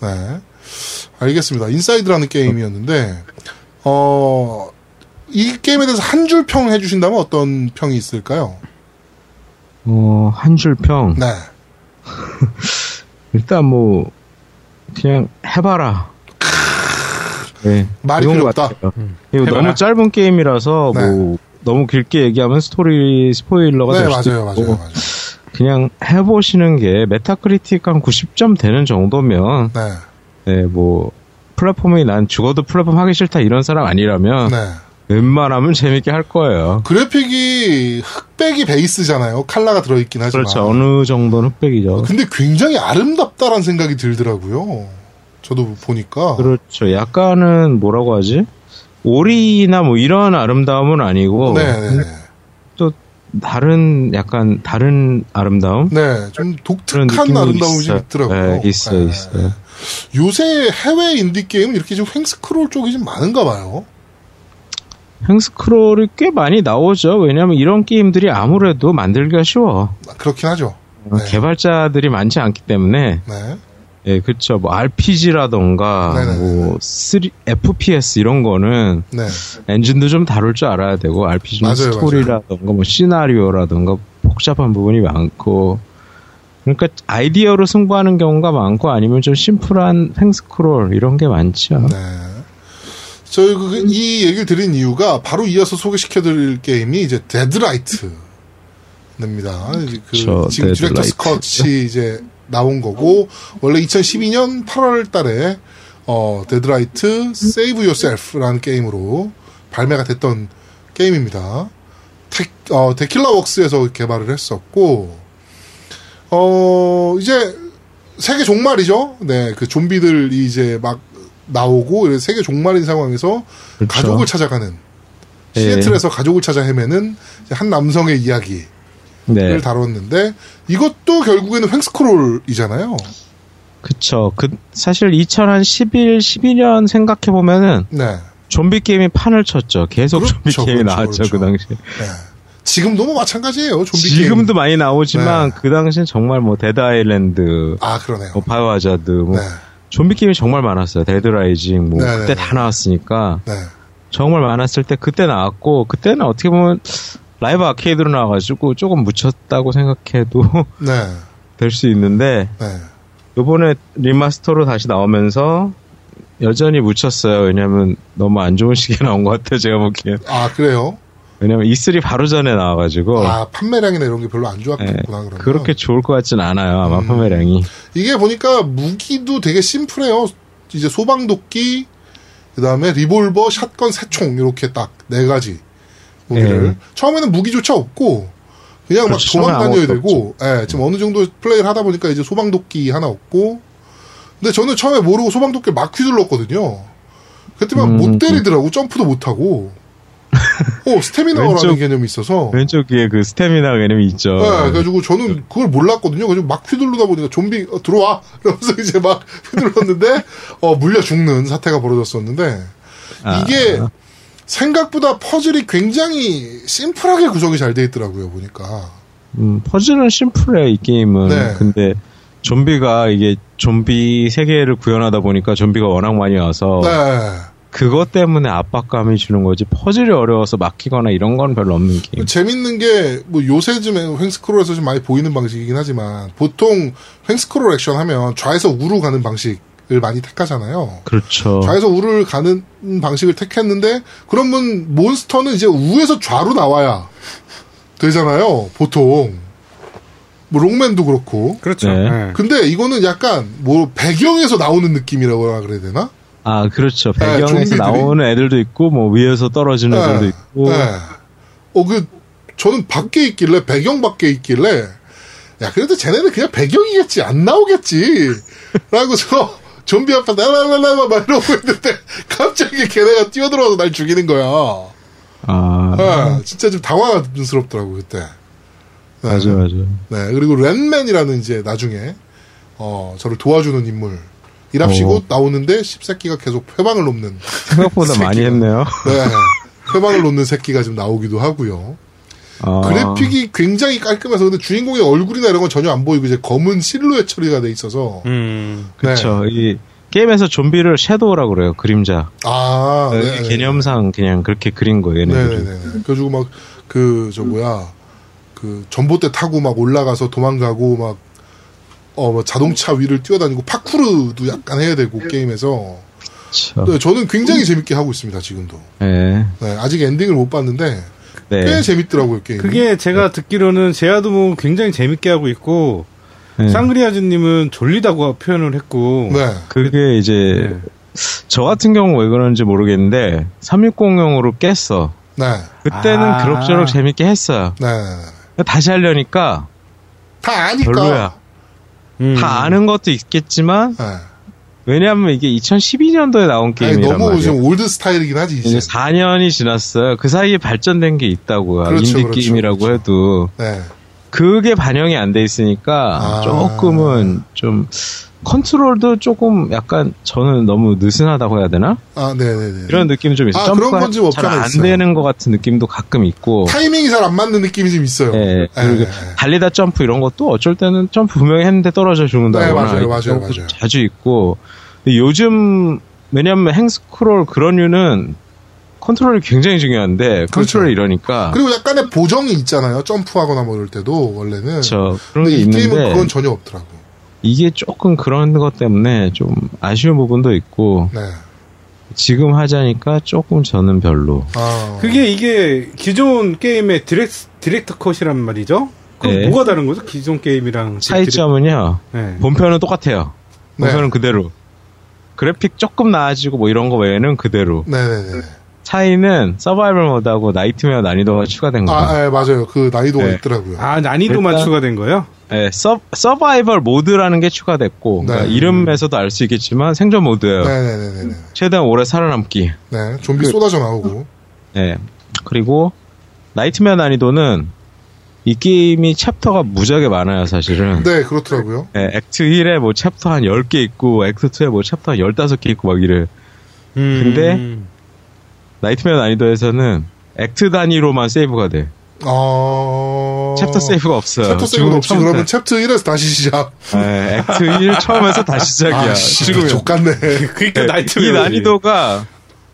[SPEAKER 1] 네. 알겠습니다. 인사이드라는 게임이었는데, 어, 이 게임에 대해서 한 줄 평 해주신다면 어떤 평이 있을까요?
[SPEAKER 4] 어, 한 줄 평.
[SPEAKER 1] 네.
[SPEAKER 4] 일단 뭐, 그냥 해봐라. 네.
[SPEAKER 1] 말이
[SPEAKER 4] 그건
[SPEAKER 1] 필요
[SPEAKER 4] 것
[SPEAKER 1] 없다.
[SPEAKER 4] 같아요. 그리고
[SPEAKER 3] 음. 해봐라.
[SPEAKER 4] 너무 짧은 게임이라서
[SPEAKER 1] 네.
[SPEAKER 4] 뭐, 너무 길게 얘기하면 스토리 스포일러가
[SPEAKER 1] 네,
[SPEAKER 4] 될 수도
[SPEAKER 1] 맞아요,
[SPEAKER 4] 있고
[SPEAKER 1] 맞아요, 맞아요.
[SPEAKER 4] 그냥 해보시는 게 메타크리틱 한 90점 되는 정도면
[SPEAKER 1] 네.
[SPEAKER 4] 네, 뭐 플랫폼이 난 죽어도 플랫폼 하기 싫다 이런 사람 아니라면
[SPEAKER 1] 네.
[SPEAKER 4] 웬만하면 재밌게 할 거예요.
[SPEAKER 1] 그래픽이 흑백이 베이스잖아요. 칼라가 들어있긴 하지만.
[SPEAKER 4] 그렇죠. 어느 정도는 흑백이죠.
[SPEAKER 1] 근데 굉장히 아름답다라는 생각이 들더라고요. 저도 보니까.
[SPEAKER 4] 그렇죠. 약간은 뭐라고 하지? 오리나 뭐 이런 아름다움은 아니고
[SPEAKER 1] 네, 네, 네.
[SPEAKER 4] 다른 약간 다른 아름다움
[SPEAKER 1] 네, 좀
[SPEAKER 4] 그런
[SPEAKER 1] 독특한
[SPEAKER 4] 느낌이
[SPEAKER 1] 아름다움이 좀
[SPEAKER 4] 있어요.
[SPEAKER 1] 있더라고요.
[SPEAKER 4] 네, 있어요,
[SPEAKER 1] 네.
[SPEAKER 4] 있어요.
[SPEAKER 1] 요새 해외 인디 게임은 이렇게 좀 횡스크롤 쪽이 좀 많은가 봐요.
[SPEAKER 4] 행스크롤이 꽤 많이 나오죠. 왜냐하면 이런 게임들이 아무래도 만들기가 쉬워.
[SPEAKER 1] 그렇긴 하죠. 네.
[SPEAKER 4] 개발자들이 많지 않기 때문에
[SPEAKER 1] 네,
[SPEAKER 4] 예, 그렇죠. 뭐 RPG라던가
[SPEAKER 1] 네네네.
[SPEAKER 4] 뭐 3, FPS 이런 거는
[SPEAKER 1] 네,
[SPEAKER 4] 엔진도 좀 다룰 줄 알아야 되고 RPG는
[SPEAKER 1] 맞아요,
[SPEAKER 4] 스토리라던가 뭐 시나리오라던가 복잡한 부분이 많고 그러니까 아이디어로 승부하는 경우가 많고 아니면 좀 심플한 횡스크롤 이런 게 많죠.
[SPEAKER 1] 네. 저희 그, 이 얘기를 드린 이유가 바로 이어서 소개시켜드릴 게임이 이제 데드라이트. 입니다.
[SPEAKER 4] 그쵸,
[SPEAKER 1] 지금 디렉터
[SPEAKER 4] 데드라이트.
[SPEAKER 1] 스컷이 이제 나온 거고 원래 2012년 8월달에 어 데드라이트 세이브 요셀프라는 게임으로 발매가 됐던 게임입니다. 테, 어, 데킬라 웍스에서 개발을 했었고 어 이제 세계 종말이죠. 네, 그 좀비들이 이제 막 나오고 이런 세계 종말인 상황에서
[SPEAKER 4] 그렇죠.
[SPEAKER 1] 가족을 찾아가는
[SPEAKER 4] 예.
[SPEAKER 1] 시애틀에서 가족을 찾아 헤매는 이제 한 남성의 이야기.
[SPEAKER 4] 네.
[SPEAKER 1] 를 다뤘는데 이것도 결국에는 횡스크롤이잖아요.
[SPEAKER 4] 그쵸. 그, 사실 2011, 12년 생각해보면은
[SPEAKER 1] 네.
[SPEAKER 4] 좀비 게임이 판을 쳤죠. 계속
[SPEAKER 1] 그렇죠,
[SPEAKER 4] 좀비 게임이
[SPEAKER 1] 그렇죠,
[SPEAKER 4] 나왔죠.
[SPEAKER 1] 그렇죠.
[SPEAKER 4] 그 당시에.
[SPEAKER 1] 네. 지금도 뭐 마찬가지예요. 좀비
[SPEAKER 4] 지금도
[SPEAKER 1] 게임.
[SPEAKER 4] 많이 나오지만
[SPEAKER 1] 네.
[SPEAKER 4] 그 당시엔 정말 뭐 데드 아일랜드,
[SPEAKER 1] 아 그러네요.
[SPEAKER 4] 뭐 바이오하자드, 뭐
[SPEAKER 1] 네.
[SPEAKER 4] 좀비 게임이 정말 많았어요. 데드 라이징 뭐
[SPEAKER 1] 네, 네, 네.
[SPEAKER 4] 그때 다 나왔으니까
[SPEAKER 1] 네.
[SPEAKER 4] 정말 많았을 때 그때 나왔고 그때는 어떻게 보면 라이브 아케이드로 나와가지고 조금 묻혔다고 생각해도 <laughs>
[SPEAKER 1] 네.
[SPEAKER 4] 될 수 있는데
[SPEAKER 1] 네.
[SPEAKER 4] 요번에 리마스터로 다시 나오면서 여전히 묻혔어요. 왜냐면 너무 안 좋은 시기에 나온 것 같아요. 제가 보기엔.
[SPEAKER 1] 아 그래요.
[SPEAKER 4] 왜냐면 E3 바로 전에 나와가지고
[SPEAKER 1] 아 판매량이나 이런 게 별로 안 좋았겠구나 그러면.
[SPEAKER 4] 어. 예. 그렇게 좋을 것 같진 않아요. 아마
[SPEAKER 1] 음.
[SPEAKER 4] 판매량이.
[SPEAKER 1] 이게 보니까 무기도 되게 심플해요. 이제 소방도끼 그다음에 리볼버, 샷건, 새총 이렇게 딱 네 가지 무기를
[SPEAKER 4] 예.
[SPEAKER 1] 처음에는 무기조차 없고 그냥
[SPEAKER 4] 그렇죠.
[SPEAKER 1] 막 도망 다녀야
[SPEAKER 4] 아무것도
[SPEAKER 1] 되고 예, 지금 어느 정도 플레이를 하다 보니까 이제 소방도끼 하나 없고 근데 저는 처음에 모르고 소방도끼를 막 휘둘렀거든요. 그때 막 못
[SPEAKER 4] 음.
[SPEAKER 1] 때리더라고 점프도 못
[SPEAKER 4] <laughs>
[SPEAKER 1] 하고 어 스태미나라는
[SPEAKER 4] 왼쪽-
[SPEAKER 1] 개념이 있어서
[SPEAKER 4] 왼쪽 위에 그 스태미나 개념이 있죠.
[SPEAKER 1] 네, 그래가지고 저는 그걸 몰랐거든요. 그래서 막 휘둘르다 보니까 좀비 어, 들어와 <laughs> 이러면서 이제 막 휘둘렀는데 어, 물려 죽는 사태가 벌어졌었는데
[SPEAKER 4] 아.
[SPEAKER 1] 이게 생각보다 퍼즐이 굉장히 심플하게 구성이 잘 돼 있더라고요 보니까
[SPEAKER 4] 음, 퍼즐은 심플해 이 게임은.
[SPEAKER 1] 네.
[SPEAKER 4] 근데 좀비가 이게 좀비 세계를 구현하다 보니까 좀비가 워낙 많이 와서
[SPEAKER 1] 네
[SPEAKER 4] 그것 때문에 압박감이 주는 거지 퍼즐이 어려워서 막히거나 이런 건 별로 없는 게임.
[SPEAKER 1] 그 재밌는 게 뭐 요새쯤에 횡스크롤에서 좀 많이 보이는 방식이긴 하지만 보통 횡스크롤 액션 하면 좌에서 우로 가는 방식을 많이 택하잖아요.
[SPEAKER 4] 그렇죠.
[SPEAKER 1] 좌에서 우를 가는 방식을 택했는데 그러면 몬스터는 이제 우에서 좌로 나와야 되잖아요 보통 뭐 롱맨도 그렇고
[SPEAKER 2] 그렇죠.
[SPEAKER 4] 네.
[SPEAKER 2] 네.
[SPEAKER 1] 근데 이거는 약간 뭐 배경에서 나오는 느낌이라고 그래야 되나?
[SPEAKER 4] 아 그렇죠.
[SPEAKER 1] 네,
[SPEAKER 4] 배경에서
[SPEAKER 1] 좀비들이-
[SPEAKER 4] 나오는 애들도 있고 뭐 위에서 떨어지는 애들도
[SPEAKER 1] 네.
[SPEAKER 4] 있고.
[SPEAKER 1] 네. 어, 그, 저는 밖에 있길래, 배경 밖에 있길래, 야, 그래도 쟤네는 그냥 배경이겠지, 안 나오겠지. <laughs> 라고 저, 좀비 아빠, 라라라라, 막 이러고 있는데, <laughs> 갑자기 걔네가 뛰어들어와서 날 죽이는 거야.
[SPEAKER 4] 아
[SPEAKER 1] 아, 진짜 좀 당황스럽더라고, 그때. 네.
[SPEAKER 4] 맞아 맞아.
[SPEAKER 1] 네, 그리고 랜맨이라는 이제 나중에, 어, 저를 도와주는 인물. 이랍시고
[SPEAKER 4] 어.
[SPEAKER 1] 나오는데, 십새끼가 계속 회방을 놓는.
[SPEAKER 4] 생각보다 많이 했네요.
[SPEAKER 1] 네. 회방을 놓는 새끼가 지금 나오기도 하고요.
[SPEAKER 4] 아,
[SPEAKER 1] 그래픽이 굉장히 깔끔해서 근데 주인공의 얼굴이나 이런 건 전혀 안 보이고 이제 검은 실루엣 처리가 돼 있어서
[SPEAKER 2] 음.
[SPEAKER 4] 그렇죠.
[SPEAKER 1] 네.
[SPEAKER 4] 이 게임에서 좀비를 섀도우라고 그래요. 그림자.
[SPEAKER 1] 아
[SPEAKER 4] 네, 이 개념상 그냥 그렇게 그린 거예요. 얘네들이.
[SPEAKER 1] 네네네 그래가지고 막 그 저 뭐야 그 전봇대 타고 막 올라가서 도망가고 막 어, 뭐 자동차 위를 뛰어다니고 파쿠르도 약간 해야 되고 게임에서
[SPEAKER 4] 참.
[SPEAKER 1] 네, 저는 굉장히 재밌게 하고 있습니다 지금도
[SPEAKER 4] 그렇죠. 예.
[SPEAKER 1] 네, 아직 엔딩을 못 봤는데 꽤
[SPEAKER 4] 네.
[SPEAKER 1] 재밌더라고요 게임
[SPEAKER 2] 그게 제가 듣기로는 제아도모 굉장히 재밌게 하고 있고
[SPEAKER 4] 예.
[SPEAKER 2] 쌍그리아즈님은 졸리다고 표현을 했고
[SPEAKER 1] 네
[SPEAKER 4] 그게 이제
[SPEAKER 2] 네.
[SPEAKER 4] 저 같은 경우 왜 그런지 모르겠는데 360용으로 깼어.
[SPEAKER 1] 네,
[SPEAKER 4] 그때는
[SPEAKER 2] 아.
[SPEAKER 4] 그럭저럭 재밌게 했어요.
[SPEAKER 1] 네.
[SPEAKER 4] 다시 하려니까
[SPEAKER 1] 다 아니까
[SPEAKER 4] 별로야.
[SPEAKER 2] 음.
[SPEAKER 4] 다 아는 것도 있겠지만
[SPEAKER 1] 네.
[SPEAKER 4] 왜냐하면 이게 2012년도에 나온
[SPEAKER 1] 아니,
[SPEAKER 4] 게임이란
[SPEAKER 1] 너무
[SPEAKER 4] 말이에요.
[SPEAKER 1] 지금 올드 스타일이긴 하지
[SPEAKER 4] 이제
[SPEAKER 1] 이제
[SPEAKER 4] 4년이 지났어요. 그 사이에 발전된 게 있다고요.
[SPEAKER 1] 그렇죠,
[SPEAKER 4] 인디
[SPEAKER 1] 그렇죠,
[SPEAKER 4] 게임이라고
[SPEAKER 1] 그렇죠.
[SPEAKER 4] 해도
[SPEAKER 1] 네.
[SPEAKER 4] 그게 반영이 안 돼 있으니까
[SPEAKER 1] 아.
[SPEAKER 4] 조금은 좀 컨트롤도 조금 약간 저는 너무 느슨하다고 해야 되나?
[SPEAKER 1] 아, 네네네.
[SPEAKER 4] 이런 느낌이 좀 있어요.
[SPEAKER 1] 아, 그런
[SPEAKER 4] 점프가
[SPEAKER 1] 건지 없지 않아
[SPEAKER 4] 잘안
[SPEAKER 1] 있어요.
[SPEAKER 4] 되는 것 같은 느낌도 가끔 있고
[SPEAKER 1] 타이밍이 잘 안 맞는 느낌이 좀 있어요.
[SPEAKER 4] 예,
[SPEAKER 1] 예,
[SPEAKER 4] 그리고
[SPEAKER 1] 예.
[SPEAKER 4] 달리다 점프 이런 것도 어쩔 때는 점프 분명히 했는데 떨어져 죽는다거나
[SPEAKER 1] 네, 맞아요, 맞아요,
[SPEAKER 4] 이런 것도
[SPEAKER 1] 맞아요.
[SPEAKER 4] 자주 있고 근데 요즘 왜냐하면 행스크롤 그런 류는 컨트롤이 굉장히 중요한데 컨트롤이 이러니까
[SPEAKER 1] 그렇죠. 그리고 약간의 보정이 있잖아요. 점프하거나 뭐 이럴 때도 원래는.
[SPEAKER 4] 그렇죠 그런
[SPEAKER 1] 네. 근데
[SPEAKER 4] 게
[SPEAKER 1] 이 게임은
[SPEAKER 4] 있는데
[SPEAKER 1] 그건 전혀 없더라고.
[SPEAKER 4] 이게 조금 그런 것 때문에 좀 아쉬운 부분도 있고
[SPEAKER 1] 네.
[SPEAKER 4] 지금 하자니까 조금 저는 별로
[SPEAKER 1] 아,
[SPEAKER 2] 그게 이게 기존 게임의 디렉, 디렉터 컷이란 말이죠. 그럼
[SPEAKER 4] 네.
[SPEAKER 2] 뭐가 다른 거죠? 기존 게임이랑
[SPEAKER 4] 차이점은요
[SPEAKER 2] 디렉-
[SPEAKER 4] 뭐.
[SPEAKER 2] 네.
[SPEAKER 4] 본편은 똑같아요
[SPEAKER 1] 네.
[SPEAKER 4] 본편은 그대로 그래픽 조금 나아지고 뭐 이런 거 외에는 그대로
[SPEAKER 1] 네네네.
[SPEAKER 4] 차이는 서바이벌 모드하고 나이트메어 난이도가 추가된 거예요.
[SPEAKER 1] 아, 예, 맞아요. 그 난이도가
[SPEAKER 4] 음. 네.
[SPEAKER 1] 있더라고요.
[SPEAKER 2] 아 난이도만
[SPEAKER 4] 일단-
[SPEAKER 2] 추가된 거예요?
[SPEAKER 4] 예, 서, 서바이벌 모드라는 게 추가됐고
[SPEAKER 1] 네.
[SPEAKER 4] 그러니까 이름에서도 알 수 있겠지만 생존 모드예요.
[SPEAKER 1] 네네네네.
[SPEAKER 4] 최대한 오래 살아남기.
[SPEAKER 1] 네. 좀비
[SPEAKER 4] 그-
[SPEAKER 1] 쏟아져 나오고.
[SPEAKER 4] 예. 그리고 나이트메어 난이도는 이 게임이 챕터가 무지하게 많아요, 사실은.
[SPEAKER 1] 네, 그렇더라고요.
[SPEAKER 4] 예, 액트 1에 뭐 챕터 한 10개 있고 액트 2에 뭐 챕터 한 15개 있고 막 이래. 음. 근데- 나이트메어 난이도에서는 액트 단위로만 세이브가 돼.
[SPEAKER 1] 어.
[SPEAKER 4] 챕터 세이브가 없어요.
[SPEAKER 1] 챕터 세이브
[SPEAKER 4] 죽으면
[SPEAKER 1] 없이
[SPEAKER 4] 처음부터-
[SPEAKER 1] 그러면 챕터 1에서 다시 시작.
[SPEAKER 4] 예, 액트 1 처음에서 다시 네, 시작이야.
[SPEAKER 1] 아, 씨,
[SPEAKER 4] <laughs>
[SPEAKER 1] 족같네.
[SPEAKER 2] 그러니까
[SPEAKER 4] 이
[SPEAKER 2] 나이트메어
[SPEAKER 4] 난이도가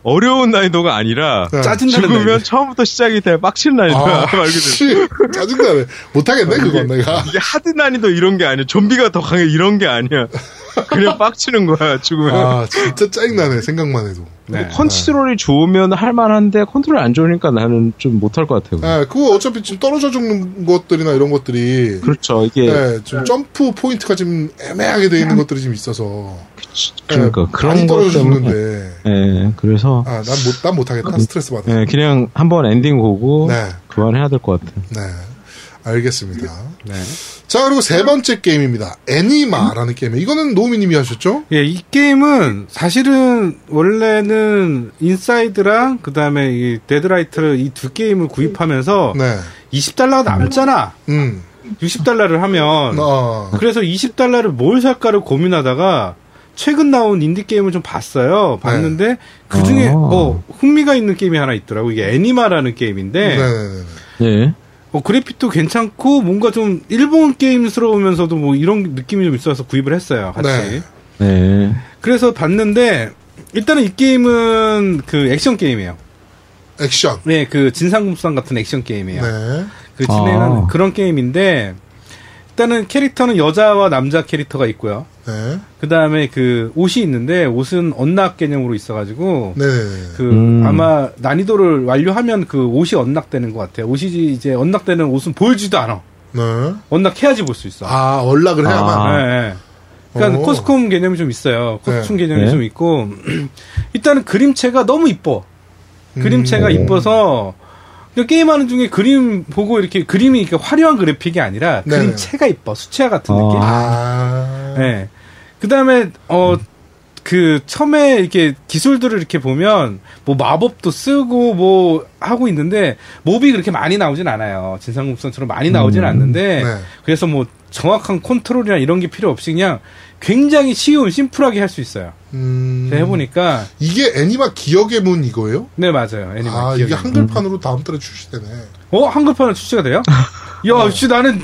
[SPEAKER 4] 어려운 난이도가 아니라
[SPEAKER 1] 네.
[SPEAKER 2] 짜증나는
[SPEAKER 4] 죽으면
[SPEAKER 2] 난이도.
[SPEAKER 4] 처음부터 시작이 돼 빡친 난이도야
[SPEAKER 1] 아,
[SPEAKER 4] <laughs> 말 그대로.
[SPEAKER 1] 씨. 짜증나네. 못하겠네, 그건 내가.
[SPEAKER 4] 이게 하드 난이도 이런 게 아니야. 좀비가 더 강해 이런 게 아니야. 그냥 빡치는 거야 죽으면.
[SPEAKER 1] 아, 진짜 짜증나네, 생각만 해도.
[SPEAKER 2] 네.
[SPEAKER 4] 컨트롤이 좋으면 할만한데 컨트롤이 안 좋으니까 나는 좀 못할 것 같아요.
[SPEAKER 1] 예, 그거 어차피 지금 떨어져 죽는 것들이나 이런 것들이
[SPEAKER 4] 그렇죠. 이게
[SPEAKER 1] 네, 좀 점프 포인트가 지금 애매하게 돼 있는 것들이 좀 있어서
[SPEAKER 4] 그러니까
[SPEAKER 1] 예,
[SPEAKER 4] 그런
[SPEAKER 1] 많이
[SPEAKER 4] 것
[SPEAKER 1] 떨어져
[SPEAKER 4] 때문에.
[SPEAKER 1] 죽는데
[SPEAKER 4] 예, 그래서
[SPEAKER 1] 아 난 못 난 못하겠다 스트레스 받아
[SPEAKER 4] 예, 그냥 한번 엔딩 보고
[SPEAKER 1] 네,
[SPEAKER 4] 그만해야 될 것 같아요.
[SPEAKER 1] 네, 알겠습니다.
[SPEAKER 2] 네.
[SPEAKER 1] 자 그리고 세 번째 게임입니다.
[SPEAKER 4] 음?
[SPEAKER 1] 애니마라는 게임. 이거는 노미님이 하셨죠?
[SPEAKER 2] 예, 이 게임은 사실은 원래는 인사이드랑 그 다음에 이 데드라이트를 이 두 게임을
[SPEAKER 4] 어.
[SPEAKER 2] 구입하면서
[SPEAKER 1] 네,
[SPEAKER 2] 20달러가 남잖아.
[SPEAKER 1] 음,
[SPEAKER 2] 60달러를 하면
[SPEAKER 1] 어,
[SPEAKER 2] 그래서 20달러를 뭘 살까를 고민하다가 최근 나온 인디 게임을 좀 봤어요. 봤는데
[SPEAKER 1] 네.
[SPEAKER 2] 그 중에
[SPEAKER 4] 아.
[SPEAKER 2] 뭐 흥미가 있는 게임이 하나 있더라고. 이게 애니마라는
[SPEAKER 1] 네,
[SPEAKER 2] 게임인데
[SPEAKER 1] 네, 네,
[SPEAKER 4] 예.
[SPEAKER 2] 어, 그래픽도 괜찮고 뭔가 좀 일본 게임스러우면서도 뭐 이런 느낌이 좀 있어서 구입을 했어요. 같이.
[SPEAKER 1] 네.
[SPEAKER 4] 네.
[SPEAKER 2] 그래서 봤는데 일단은 이 게임은 그 액션 게임이에요.
[SPEAKER 1] 액션.
[SPEAKER 2] 네, 그 진상금수상 같은 액션
[SPEAKER 1] 네,
[SPEAKER 2] 게임이에요. 그 진행하는
[SPEAKER 4] 아.
[SPEAKER 2] 그런 게임인데 일단은 캐릭터는 여자와 남자 캐릭터가 있고요.
[SPEAKER 1] 네,
[SPEAKER 2] 그 다음에 그 옷이 있는데 옷은 언락 개념으로 있어가지고
[SPEAKER 1] 네, 네, 네.
[SPEAKER 2] 그
[SPEAKER 4] 음.
[SPEAKER 2] 아마 난이도를 완료하면 그 옷이 언락되는 것 같아요. 옷이 이제 언락되는 옷은 보이지도 않아.
[SPEAKER 1] 네.
[SPEAKER 2] 언락해야지 볼 수 있어.
[SPEAKER 1] 아 언락을 해야만.
[SPEAKER 4] 아.
[SPEAKER 2] 예, 예. 그러니까
[SPEAKER 1] 오.
[SPEAKER 2] 코스튬 개념이 좀 있어요. 코스튬 개념이
[SPEAKER 4] 네.
[SPEAKER 2] 좀 있고 <clears throat> 일단은 그림체가 너무 이뻐.
[SPEAKER 1] 음.
[SPEAKER 2] 그림체가 이뻐서 그냥 게임하는 중에 그림 보고 이렇게 그림이 이렇게 화려한 그래픽이 아니라
[SPEAKER 1] 네네.
[SPEAKER 2] 그림체가 이뻐 수채화 같은
[SPEAKER 4] 아.
[SPEAKER 2] 느낌.
[SPEAKER 1] 아,
[SPEAKER 4] 네.
[SPEAKER 2] 예. 그다음에 어 그 처음에 이렇게 기술들을 이렇게 보면 뭐 마법도 쓰고 뭐 하고 있는데 몹이 그렇게 많이 나오진 않아요. 진상국선처럼 많이 나오진
[SPEAKER 4] 음.
[SPEAKER 2] 않는데
[SPEAKER 1] 네.
[SPEAKER 2] 그래서 뭐 정확한 컨트롤이나 이런 게 필요 없이 그냥 굉장히 쉬운 심플하게 할 수 있어요.
[SPEAKER 1] 음.
[SPEAKER 2] 제가 해보니까
[SPEAKER 1] 이게 애니마 기억의 문 이거예요?
[SPEAKER 2] 네 맞아요. 애니메이션
[SPEAKER 1] 아,
[SPEAKER 2] 기억이.
[SPEAKER 1] 이게 한글판으로 다음 달에 출시되네.
[SPEAKER 2] 어 한글판은 출시가 돼요?
[SPEAKER 1] <laughs>
[SPEAKER 2] 야, 씨 나는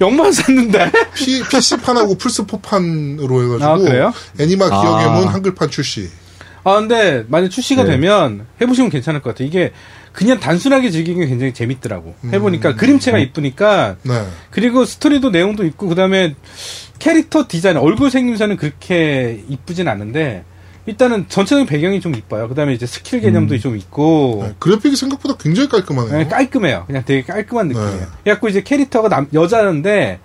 [SPEAKER 2] 영만 샀는데.
[SPEAKER 1] P, PC판하고 플스4판으로 해가지고.
[SPEAKER 2] 아, 그래요?
[SPEAKER 1] 애니마 기억의
[SPEAKER 4] 아.
[SPEAKER 1] 문 한글판 출시.
[SPEAKER 2] 아 근데 만약 출시가
[SPEAKER 4] 네.
[SPEAKER 2] 되면 해보시면 괜찮을 것 같아요. 이게 그냥 단순하게 즐기기 굉장히 재밌더라고.
[SPEAKER 1] 음.
[SPEAKER 2] 해보니까 그림체가 이쁘니까
[SPEAKER 1] 네.
[SPEAKER 2] 그리고 스토리도 내용도 있고 그다음에 캐릭터 디자인 얼굴 생김새는 그렇게 이쁘진 않은데 일단은 전체적인 배경이 좀 이뻐요. 그다음에 이제 스킬 개념도 좀
[SPEAKER 4] 어.
[SPEAKER 2] 있고
[SPEAKER 1] 네, 그래픽이 생각보다 굉장히 깔끔하네요.
[SPEAKER 2] 네, 깔끔해요. 그냥 되게 깔끔한 느낌이에요.
[SPEAKER 1] 네.
[SPEAKER 2] 그래갖고 이제 캐릭터가 남, 여자인데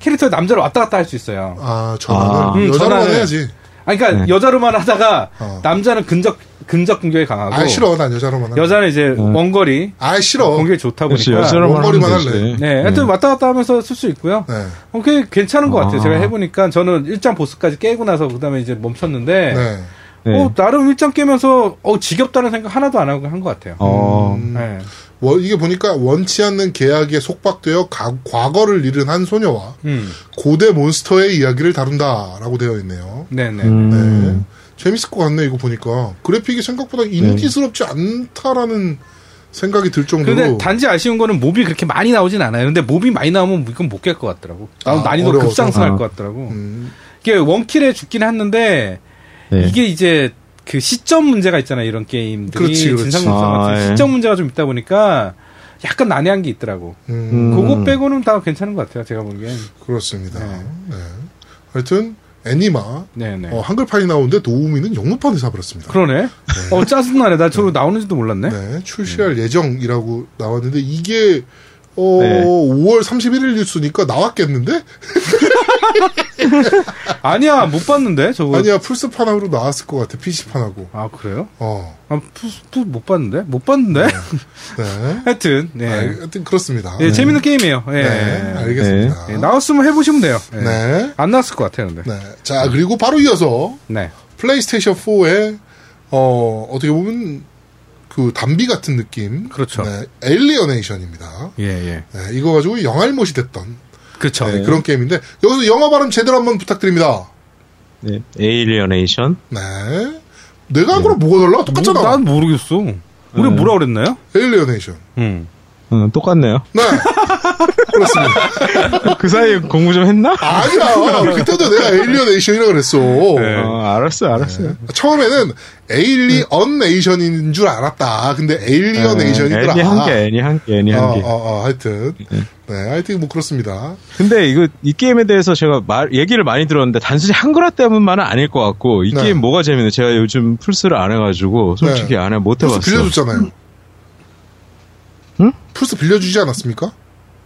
[SPEAKER 2] 캐릭터 남자로 왔다 갔다 할 수 있어요.
[SPEAKER 1] 아, 전화는
[SPEAKER 4] 아.
[SPEAKER 2] 음,
[SPEAKER 1] 여자로만
[SPEAKER 2] 전화는.
[SPEAKER 1] 해야지.
[SPEAKER 2] 아, 그러니까
[SPEAKER 4] 네.
[SPEAKER 2] 여자로만 하다가
[SPEAKER 1] 어.
[SPEAKER 2] 남자는 근적 근적 공격에 강하고
[SPEAKER 1] 아, 싫어. 난 여자로만 하는
[SPEAKER 2] 여자는 이제 원거리
[SPEAKER 1] 아, 싫어.
[SPEAKER 2] 공격이 좋다
[SPEAKER 4] 역시
[SPEAKER 2] 보니까
[SPEAKER 4] 네. 그렇죠. 여자로만
[SPEAKER 1] 원거리만
[SPEAKER 4] 하면 되지.
[SPEAKER 1] 할래.
[SPEAKER 2] 네, 하여튼 왔다 갔다 하면서 쓸 수 있고요.
[SPEAKER 1] 네.
[SPEAKER 2] 어, 꽤 괜찮은 것 같아요.
[SPEAKER 4] 음. 아.
[SPEAKER 2] 제가 해보니까 저는 1장 보스까지 깨고 나서 그다음에 이제 멈췄는데
[SPEAKER 1] 네.
[SPEAKER 4] 네.
[SPEAKER 2] 어, 나름 1장 깨면서 어 지겹다는 생각 하나도 안 하고 한 것 같아요.
[SPEAKER 4] 어,
[SPEAKER 1] 음,
[SPEAKER 2] 네.
[SPEAKER 1] 원- 이게 보니까 원치 않는 계약에 속박되어 가- 과거를 잃은 한 소녀와
[SPEAKER 2] 음.
[SPEAKER 1] 고대 몬스터의 이야기를 다룬다라고 되어 있네요.
[SPEAKER 2] 네네.
[SPEAKER 1] 네.
[SPEAKER 4] 음. 네.
[SPEAKER 1] 재밌을 것 같네 이거 보니까 그래픽이 생각보다 인기스럽지 않다라는 생각이 들 정도로
[SPEAKER 2] 근데 단지 아쉬운 거는 몹이 그렇게 많이 나오진 않아요. 근데 몹이 많이 나오면 이건 못 깰 것 같더라고. 나
[SPEAKER 1] 아,
[SPEAKER 2] 난이도
[SPEAKER 1] 어려워서.
[SPEAKER 2] 급상승할
[SPEAKER 4] 아.
[SPEAKER 2] 것 같더라고.
[SPEAKER 1] 음,
[SPEAKER 2] 이게 원킬에 죽긴 했는데
[SPEAKER 4] 네.
[SPEAKER 2] 이게 이제 그 시점 문제가 있잖아요. 이런 게임들이
[SPEAKER 1] 그렇지, 그렇지.
[SPEAKER 2] 진상문상 같은
[SPEAKER 4] 아, 예.
[SPEAKER 2] 시점 문제가 좀 있다 보니까 약간 난해한 게 있더라고.
[SPEAKER 1] 음,
[SPEAKER 4] 음.
[SPEAKER 2] 그거 빼고는 다 괜찮은 것 같아요. 제가 보기엔.
[SPEAKER 1] 그렇습니다.
[SPEAKER 2] 네.
[SPEAKER 1] 네. 하여튼 애니마
[SPEAKER 2] 네네.
[SPEAKER 1] 어, 한글판이 나오는데 도우미는 영문판을 사버렸습니다.
[SPEAKER 2] 그러네. 어 짜증나네. 나 저거 나오는지도 몰랐네. 음.
[SPEAKER 1] 네, 출시할 예정이라고 나왔는데 이게 어,
[SPEAKER 4] 네.
[SPEAKER 1] 5월 31일 뉴스니까 나왔겠는데?
[SPEAKER 2] 아니야 못 봤는데 저거.
[SPEAKER 1] 아니야 플스판하고 나왔을 것 같아 PC판하고
[SPEAKER 2] 아, 그래요?
[SPEAKER 1] 어,
[SPEAKER 2] 아, 푸, 푸, 못 봤는데? 못 봤는데?
[SPEAKER 1] 네
[SPEAKER 2] <laughs> 하여튼, 네.
[SPEAKER 1] 알- 하여튼 그렇습니다
[SPEAKER 2] 예, 재밌는 게임이에요. 예.
[SPEAKER 1] 네, 알겠습니다
[SPEAKER 2] 예, 나왔으면 해보시면 돼요. 예.
[SPEAKER 1] 네.
[SPEAKER 2] 안 나왔을 것 같아요, 근데. 네.
[SPEAKER 1] 네. 자, 그리고 바로 이어서 플레이스테이션 4의 어, 어떻게 보면 그 담비 같은 느낌.
[SPEAKER 2] 그렇죠.
[SPEAKER 1] 네, 엘리어네이션입니다.
[SPEAKER 2] 예, 예.
[SPEAKER 1] 네, 이거 가지고 영알못이 됐던
[SPEAKER 2] 그렇죠.
[SPEAKER 1] 네, 그런 게임인데 여기서 영어 발음 제대로 한번 부탁드립니다.
[SPEAKER 4] 네. 에일리어네이션.
[SPEAKER 1] 네. 내가 한 거랑 뭐가 달라? 똑같잖아.
[SPEAKER 2] 뭐, 난 모르겠어. 우리
[SPEAKER 4] 음.
[SPEAKER 2] 뭐라 그랬나요?
[SPEAKER 1] 엘리어네이션.
[SPEAKER 2] 음.
[SPEAKER 4] 음, 똑같네요. <laughs>
[SPEAKER 1] 네. 그렇습니다.
[SPEAKER 4] 그 사이에 공부 좀 했나?
[SPEAKER 1] 아니야. 그때도 내가 엘리어네이션이라고 네. 그랬어.
[SPEAKER 2] 네.
[SPEAKER 4] 어, 알았어요, 알았어요.
[SPEAKER 1] 처음에는 에일리언네이션인 줄 알았다. 근데
[SPEAKER 4] 네,
[SPEAKER 1] 에일리어네이션이더라.
[SPEAKER 4] 애니 한 개, 애니 한 개, 애니 한
[SPEAKER 1] 어,
[SPEAKER 4] 개.
[SPEAKER 1] 어, 어, 하여튼. 네, 하여튼 뭐 그렇습니다.
[SPEAKER 4] 근데 이거 이 게임에 대해서 제가 말 얘기를 많이 들었는데 단순히 한글화 때문만은 아닐 것 같고 이
[SPEAKER 1] 네.
[SPEAKER 4] 게임 뭐가 재밌는? 제가 요즘 플스를 안 해가지고 솔직히
[SPEAKER 1] 네.
[SPEAKER 4] 안해 못
[SPEAKER 1] 플스
[SPEAKER 4] 해봤어.
[SPEAKER 1] 빌려줬잖아요.
[SPEAKER 4] 응?
[SPEAKER 1] 플스 빌려주지 않았습니까?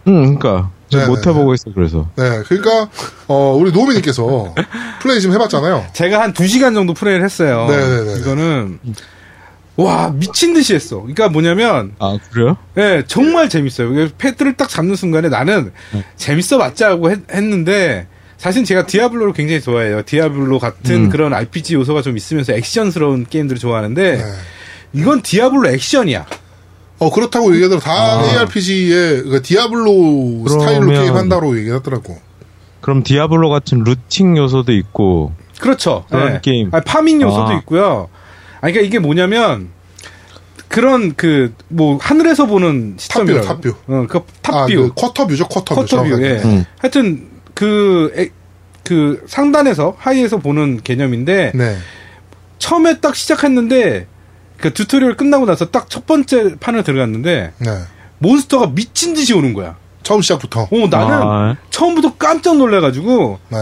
[SPEAKER 4] 응, 그러니까 지금
[SPEAKER 1] 네,
[SPEAKER 4] 못
[SPEAKER 1] 네,
[SPEAKER 4] 해보고 있어 그래서.
[SPEAKER 1] 네, 그러니까, 어, 우리 노미님께서 플레이 지금 해봤잖아요.
[SPEAKER 2] 제가 한 2시간 정도 플레이를 했어요.
[SPEAKER 1] 네네네네.
[SPEAKER 2] 이거는, 와, 미친 듯이 했어. 그러니까 뭐냐면,
[SPEAKER 4] 아 그래요?
[SPEAKER 2] 예, 정말 재밌어요. 이게 패드를 딱 잡는 순간에 나는
[SPEAKER 4] 네.
[SPEAKER 2] 재밌어 맞자 하고 했, 는데 사실 제가 디아블로를 굉장히 좋아해요. 디아블로 같은
[SPEAKER 4] 음.
[SPEAKER 2] 그런 RPG 요소가 좀 있으면서 액션스러운 게임들을 좋아하는데
[SPEAKER 1] 네.
[SPEAKER 2] 이건 디아블로 액션이야.
[SPEAKER 1] 어, 그렇다고 얘기하더라.
[SPEAKER 2] 아.
[SPEAKER 1] 다 ARPG의, 그러니까 디아블로 스타일로
[SPEAKER 4] 그러면-
[SPEAKER 1] 게임한다고 얘기하더라고.
[SPEAKER 4] 그럼 디아블로 같은 루팅 요소도 있고.
[SPEAKER 2] 그렇죠.
[SPEAKER 4] 그런
[SPEAKER 2] 예.
[SPEAKER 4] 게임.
[SPEAKER 2] 아니, 파밍 요소도
[SPEAKER 4] 아.
[SPEAKER 2] 있고요. 아니, 그러니까 이게 뭐냐면 그런 그 뭐 하늘에서 보는 시점이라고.
[SPEAKER 1] 탑뷰.
[SPEAKER 2] 어, 그
[SPEAKER 1] 아,
[SPEAKER 2] 탑뷰.
[SPEAKER 1] 그 쿼터뷰죠, 쿼터뷰. 음.
[SPEAKER 2] 커터뷰. 예.
[SPEAKER 1] 정확하게.
[SPEAKER 2] 하여튼 그, 에- 그 상단에서 하이에서 보는 개념인데
[SPEAKER 1] 네.
[SPEAKER 2] 처음에 딱 시작했는데 그 튜토리얼 끝나고 나서 딱 첫 번째 판을 들어갔는데
[SPEAKER 1] 네.
[SPEAKER 2] 몬스터가 미친 듯이 오는 거야.
[SPEAKER 1] 처음 시작부터.
[SPEAKER 2] 어 나는
[SPEAKER 4] 아,
[SPEAKER 2] 처음부터 깜짝 놀래가지고
[SPEAKER 1] 네.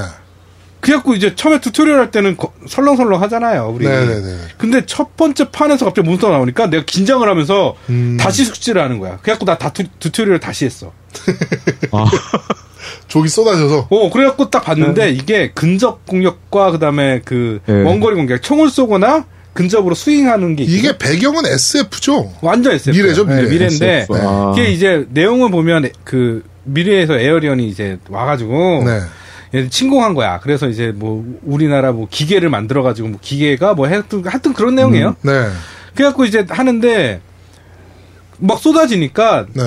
[SPEAKER 2] 그래갖고 이제 처음에 튜토리얼 할 때는 거- 설렁설렁 하잖아요 우리.
[SPEAKER 1] 네네네.
[SPEAKER 2] 근데 첫 번째 판에서 갑자기 몬스터가 나오니까 내가 긴장을 하면서
[SPEAKER 1] 음.
[SPEAKER 2] 다시 숙제를 하는 거야. 그래갖고 나 다 튜토리얼 다시 했어.
[SPEAKER 4] 아,
[SPEAKER 1] 족이 쏟아져서.
[SPEAKER 2] 어, 그래갖고 딱 봤는데
[SPEAKER 1] 네.
[SPEAKER 2] 이게 근접 공격과 그다음에 그
[SPEAKER 4] 네.
[SPEAKER 2] 원거리 공격, 총을 쏘거나 근접으로 스윙하는 게 어. 있거든.
[SPEAKER 1] 예. 이게 배경은 SF죠?
[SPEAKER 2] 완전 SF. 예,
[SPEAKER 1] 미래죠, 미래.
[SPEAKER 2] 미래인데
[SPEAKER 4] SF. 아.
[SPEAKER 2] 이게 이제 내용을 보면 그 미래에서 에어리언이 이제 와가지고
[SPEAKER 1] 네.
[SPEAKER 2] 얘 침공한 거야. 그래서 이제 뭐 우리나라 뭐 기계를 만들어가지고 뭐 기계가 뭐 하여튼, 하여튼 그런 내용이에요.
[SPEAKER 1] 네.
[SPEAKER 2] 그래갖고 이제 하는데 막 쏟아지니까
[SPEAKER 1] 네.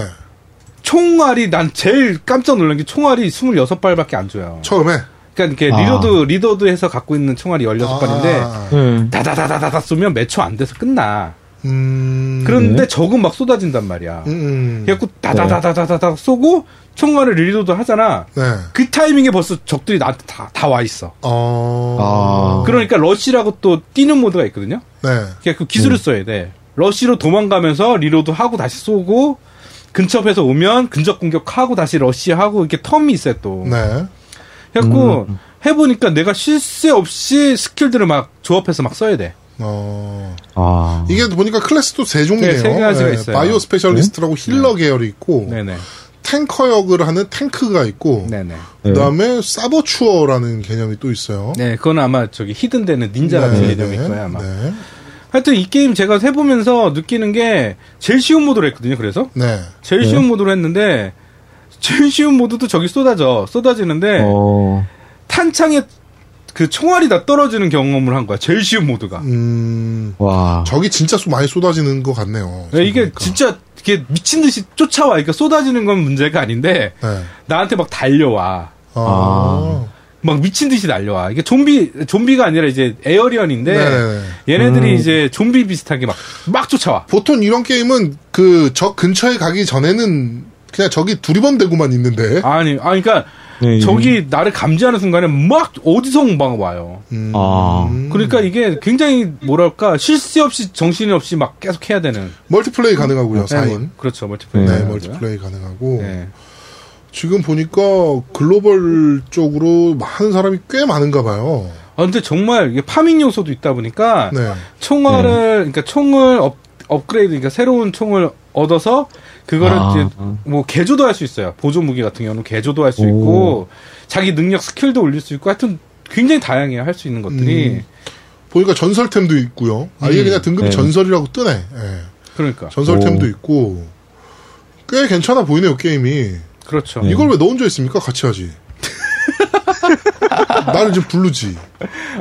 [SPEAKER 2] 총알이 난 제일 깜짝 놀란 게 총알이 26발밖에 안 줘요.
[SPEAKER 1] 처음에.
[SPEAKER 2] 그러니까 이렇게
[SPEAKER 4] 아.
[SPEAKER 2] 리로드 리로드 해서 갖고 있는 총알이 16발인데
[SPEAKER 1] 아,
[SPEAKER 4] 네.
[SPEAKER 2] 다다다다다다 쏘면 몇 초 안 돼서 끝나.
[SPEAKER 1] 음.
[SPEAKER 2] 그런데 적은 막 쏟아진단 말이야.
[SPEAKER 1] 음.
[SPEAKER 2] 그래갖고
[SPEAKER 4] 네.
[SPEAKER 2] 다다다다다다다 쏘고 총알을 리로드 하잖아.
[SPEAKER 1] 네.
[SPEAKER 2] 그 타이밍에 벌써 적들이 나한테 다 다 와 있어.
[SPEAKER 1] 어.
[SPEAKER 4] 아.
[SPEAKER 2] 그러니까 러쉬라고 또 뛰는 모드가 있거든요.
[SPEAKER 1] 네.
[SPEAKER 4] 음.
[SPEAKER 2] 그러니까 그 기술을 써야 돼. 러쉬로 도망가면서 리로드 하고 다시 쏘고 근접해서 오면 근접 공격하고 다시 러쉬하고 이렇게 텀이 있어요 또.
[SPEAKER 1] 네. 음,
[SPEAKER 2] 그래갖고 해보니까 내가 쉴 새 없이 스킬들을 막 조합해서 막 써야 돼.
[SPEAKER 1] 어.
[SPEAKER 4] 아.
[SPEAKER 1] 이게 보니까 클래스도 세 종류예요.
[SPEAKER 2] 네, 세 가지가
[SPEAKER 1] 예,
[SPEAKER 2] 있어요. 네.
[SPEAKER 1] 바이오 스페셜리스트라고 힐러 계열이 있고
[SPEAKER 2] 네네.
[SPEAKER 1] 탱커 역을 하는 탱크가 있고
[SPEAKER 2] 네네.
[SPEAKER 1] 그다음에 사버추어라는 개념이 또 있어요.
[SPEAKER 2] 네, 그건 아마 저기 히든되는 닌자
[SPEAKER 1] 네,
[SPEAKER 2] 같은
[SPEAKER 1] 네,
[SPEAKER 2] 개념일 거야 아마.
[SPEAKER 1] 네.
[SPEAKER 2] 하여튼 이 게임 제가 해보면서 느끼는 게 제일 쉬운 모드로 했거든요. 그래서
[SPEAKER 1] 네.
[SPEAKER 2] 제일 쉬운 모드로 했는데 제일 쉬운 모드도 저기 쏟아져 쏟아지는데
[SPEAKER 4] 어.
[SPEAKER 2] 탄창에 그 총알이 다 떨어지는 경험을 한 거야. 제일 쉬운 모드가.
[SPEAKER 1] 음.
[SPEAKER 4] 와.
[SPEAKER 1] 저기 진짜 쏟- 많이 쏟아지는 것 같네요.
[SPEAKER 2] 네, 이게
[SPEAKER 1] 그러니까.
[SPEAKER 2] 진짜 이게 미친 듯이 쫓아와. 그러니까 쏟아지는 건 문제가 아닌데
[SPEAKER 1] 네.
[SPEAKER 2] 나한테 막 달려와.
[SPEAKER 1] 아.
[SPEAKER 2] 막 미친 듯이 달려와. 이게 좀비 좀비가 아니라 이제 에어리언인데
[SPEAKER 1] 네네네. 음.
[SPEAKER 2] 얘네들이 이제 좀비 비슷하게 막 막 쫓아와.
[SPEAKER 1] 보통 이런 게임은 그 적 근처에 가기 전에는 그냥 저기 두리번 대고만 있는데.
[SPEAKER 2] 아니, 아 그러니까
[SPEAKER 1] 음.
[SPEAKER 4] 네, 이-
[SPEAKER 2] 저기 나를 감지하는 순간에 막 어디서 막 와요.
[SPEAKER 1] 음.
[SPEAKER 4] 아.
[SPEAKER 2] 그러니까 이게 굉장히 뭐랄까 실수 없이 정신이 없이 막 계속 해야 되는
[SPEAKER 1] 멀티플레이 가능하고요. 사
[SPEAKER 2] 네,
[SPEAKER 1] 4인.
[SPEAKER 2] 뭐, 그렇죠 멀티플레이
[SPEAKER 1] 네,
[SPEAKER 2] 가능하고요.
[SPEAKER 1] 멀티플레이 가능하고.
[SPEAKER 2] 네.
[SPEAKER 1] 지금 보니까 글로벌 쪽으로 하는 사람이 꽤 많은가 봐요.
[SPEAKER 2] 아 근데 정말 이게 파밍 요소도 있다 보니까
[SPEAKER 1] 네.
[SPEAKER 2] 총알을 그러니까 총을 업, 업그레이드 그러니까 새로운 총을 얻어서 그거를
[SPEAKER 4] 아.
[SPEAKER 2] 이제 뭐 개조도 할 수 있어요 보조 무기 같은 경우는 개조도 할 수
[SPEAKER 4] 오.
[SPEAKER 2] 있고 자기 능력 스킬도 올릴 수 있고 하여튼 굉장히 다양해요 할 수 있는 것들이
[SPEAKER 1] 음. 보니까 전설템도 있고요. 아예
[SPEAKER 2] 음.
[SPEAKER 1] 그냥 등급이
[SPEAKER 4] 네.
[SPEAKER 1] 전설이라고 뜨네. 예.
[SPEAKER 2] 그러니까
[SPEAKER 1] 전설템도 있고 꽤 괜찮아 보이네요 게임이.
[SPEAKER 2] 그렇죠
[SPEAKER 4] 네.
[SPEAKER 1] 이걸 왜 너 혼자 했습니까? 같이 하지. 나를 지금 부르지.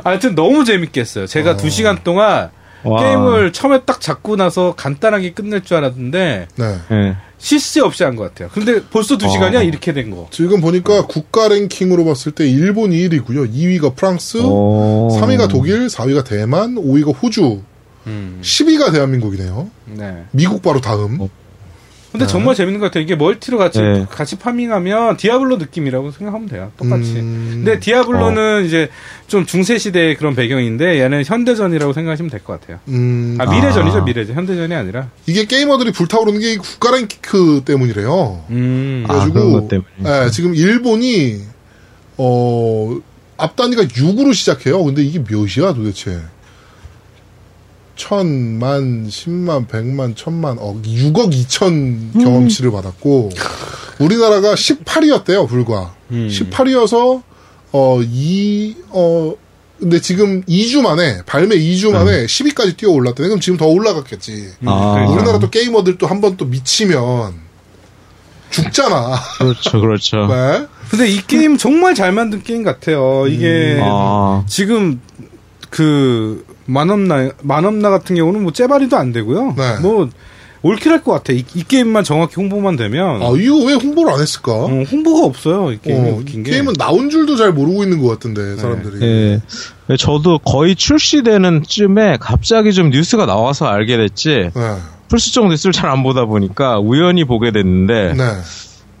[SPEAKER 2] 하여튼 너무 재밌게 했어요 제가
[SPEAKER 1] 어.
[SPEAKER 2] 두 시간 동안
[SPEAKER 4] 와.
[SPEAKER 2] 게임을 처음에 딱 잡고 나서 간단하게 끝낼 줄 알았는데
[SPEAKER 1] 네.
[SPEAKER 4] 예.
[SPEAKER 2] 실수 없이 한 것 같아요. 근데 벌써 두
[SPEAKER 4] 어.
[SPEAKER 2] 시간이야 이렇게 된 거.
[SPEAKER 1] 지금 보니까 국가 랭킹으로 봤을 때 일본이 1위고요. 2위가 프랑스,
[SPEAKER 4] 어.
[SPEAKER 1] 3위가 독일, 4위가 대만, 5위가 호주, 음. 10위가 대한민국이네요.
[SPEAKER 2] 네.
[SPEAKER 1] 미국 바로 다음.
[SPEAKER 4] 어.
[SPEAKER 2] 근데 정말 재밌는 것 같아요. 이게 멀티로 같이
[SPEAKER 4] 네.
[SPEAKER 2] 같이 파밍하면 디아블로 느낌이라고 생각하면 돼요. 똑같이.
[SPEAKER 1] 음.
[SPEAKER 2] 근데
[SPEAKER 4] 어.
[SPEAKER 2] 디아블로는 이제 좀 중세 시대의 그런 배경인데 얘는 현대전이라고 생각하시면 될 것 같아요.
[SPEAKER 1] 음,
[SPEAKER 2] 아 미래전이죠
[SPEAKER 4] 아.
[SPEAKER 2] 미래전 현대전이 아니라.
[SPEAKER 1] 이게 게이머들이 불타오르는 게이 국가 랭킹 때문이래요.
[SPEAKER 2] 음.
[SPEAKER 4] 아, 그런 것 때문에.
[SPEAKER 1] 예, 지금 일본이 어 앞단위가 6으로 시작해요. 근데 이게 몇이야 도대체? 천만, 십만, 백만, 천만, 억, 6억
[SPEAKER 2] 음.
[SPEAKER 1] 2천 경험치를 받았고 우리나라가 18위였대요 불과
[SPEAKER 2] 음.
[SPEAKER 1] 18위여서 어, 어이어 근데 지금 2주 만에 발매 2주
[SPEAKER 2] 음.
[SPEAKER 1] 만에 10위까지 뛰어 올랐대. 그럼 지금 더 올라갔겠지.
[SPEAKER 4] 아.
[SPEAKER 2] 그러니까.
[SPEAKER 1] 우리나라 또 게이머들 또 한 번 또 미치면 죽잖아.
[SPEAKER 4] 그렇죠,
[SPEAKER 2] 어.
[SPEAKER 4] 그렇죠.
[SPEAKER 1] 네.
[SPEAKER 2] 근데 이 게임 정말 잘 만든 게임 같아요. 이게
[SPEAKER 4] 아.
[SPEAKER 2] 지금 그 만업나 만업나 같은 경우는 뭐 재발이도 안 되고요.
[SPEAKER 1] 네.
[SPEAKER 2] 뭐 올킬할 것 같아. 이, 이 게임만 정확히 홍보만 되면
[SPEAKER 1] 아, 이거 왜 홍보를 안 했을까?
[SPEAKER 2] 어, 홍보가 없어요. 이 게임이
[SPEAKER 1] 어,
[SPEAKER 2] 웃긴 게. 네.
[SPEAKER 1] 게임은 나온 줄도 잘 모르고 있는 것 같은데, 사람들이.
[SPEAKER 4] 예. 네, 저도 거의 출시되는 쯤에 갑자기 좀 뉴스가 나와서 알게 됐지,
[SPEAKER 1] 네.
[SPEAKER 4] 풀수적 뉴스를 잘 안 보다 보니까 우연히 보게 됐는데,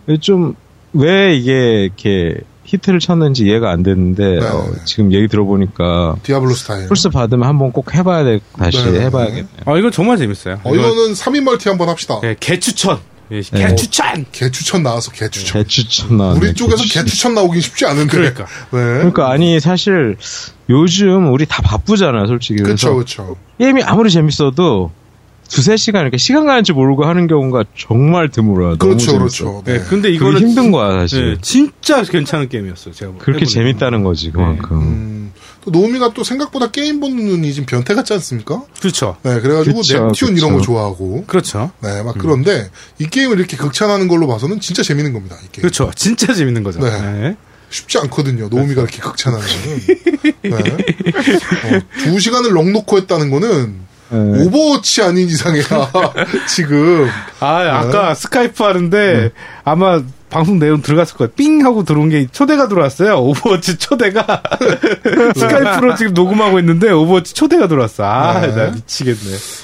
[SPEAKER 1] 네.
[SPEAKER 4] 좀 왜 이게 이렇게 히트를 쳤는지 이해가 안 됐는데,
[SPEAKER 1] 네.
[SPEAKER 4] 어, 지금 얘기 들어보니까,
[SPEAKER 1] 디아블로 스타일.
[SPEAKER 4] 풀스 받으면 한번 꼭 해봐야 돼, 다시
[SPEAKER 1] 네.
[SPEAKER 4] 해봐야겠네.
[SPEAKER 2] 아 이건 정말 재밌어요.
[SPEAKER 1] 어, 이거는 3인 멀티 한번 합시다.
[SPEAKER 2] 예, 개추천. 예,
[SPEAKER 4] 네.
[SPEAKER 2] 개추천.
[SPEAKER 1] 개추천 나와서 개추천.
[SPEAKER 4] 개추천 나
[SPEAKER 1] 우리 쪽에서 개추천 나오긴 쉽지 않은데.
[SPEAKER 2] 아, 네, 그러니까.
[SPEAKER 1] 네.
[SPEAKER 4] 그러니까 아니 사실 요즘 우리 다 바쁘잖아요 솔직히
[SPEAKER 1] 그쵸,
[SPEAKER 4] 그래서
[SPEAKER 1] 그쵸.
[SPEAKER 4] 게임이 아무리 재밌어도 두세 시간 이렇게 시간 가는 줄 모르고 하는 경우가 정말 드물어요 너무
[SPEAKER 1] 그렇죠,
[SPEAKER 4] 재밌어.
[SPEAKER 1] 그렇죠.
[SPEAKER 2] 예,
[SPEAKER 1] 네.
[SPEAKER 2] 근데
[SPEAKER 4] 그게
[SPEAKER 2] 이거는
[SPEAKER 4] 힘든 거야 사실
[SPEAKER 2] 예, 진짜 괜찮은 게임이었어요. 제가
[SPEAKER 4] 그렇게
[SPEAKER 2] 해보니까.
[SPEAKER 4] 재밌다는 거지
[SPEAKER 2] 네.
[SPEAKER 4] 그만큼
[SPEAKER 1] 음, 또 노우미가 또 생각보다 게임 보는 눈이 지금 변태 같지 않습니까?
[SPEAKER 2] 그렇죠.
[SPEAKER 1] 네, 그래가지고
[SPEAKER 4] 그쵸,
[SPEAKER 1] 넵튠
[SPEAKER 4] 그쵸. 음.
[SPEAKER 1] 이런 거 좋아하고.
[SPEAKER 2] 그렇죠.
[SPEAKER 1] 네, 막 그런데 이 게임을 이렇게 극찬하는 걸로 봐서는 진짜 재밌는 겁니다. 이 게임.
[SPEAKER 2] 그렇죠. 진짜 재밌는 거죠.
[SPEAKER 1] 네.
[SPEAKER 2] 예.
[SPEAKER 1] 쉽지 않거든요. 노우미가
[SPEAKER 4] 그렇죠.
[SPEAKER 1] 이렇게 극찬하는
[SPEAKER 4] <laughs>
[SPEAKER 1] 거는. 네. 어, 두 시간을 넉놓고 했다는 거는
[SPEAKER 4] 네.
[SPEAKER 1] 오버워치 아닌 이상이야. <laughs> 지금.
[SPEAKER 2] 아,
[SPEAKER 1] 네.
[SPEAKER 2] 아까 스카이프 하는데
[SPEAKER 4] 네.
[SPEAKER 2] 아마 방송 내용 들어갔을 거예요. 삥 하고 들어온 게 초대가 들어왔어요.
[SPEAKER 1] <laughs>
[SPEAKER 2] 오버워치 초대가 스카이프로 지금 녹음하고 있는데 오버워치 초대가 들어왔어. 아,
[SPEAKER 1] 네.
[SPEAKER 2] 나 미치겠네.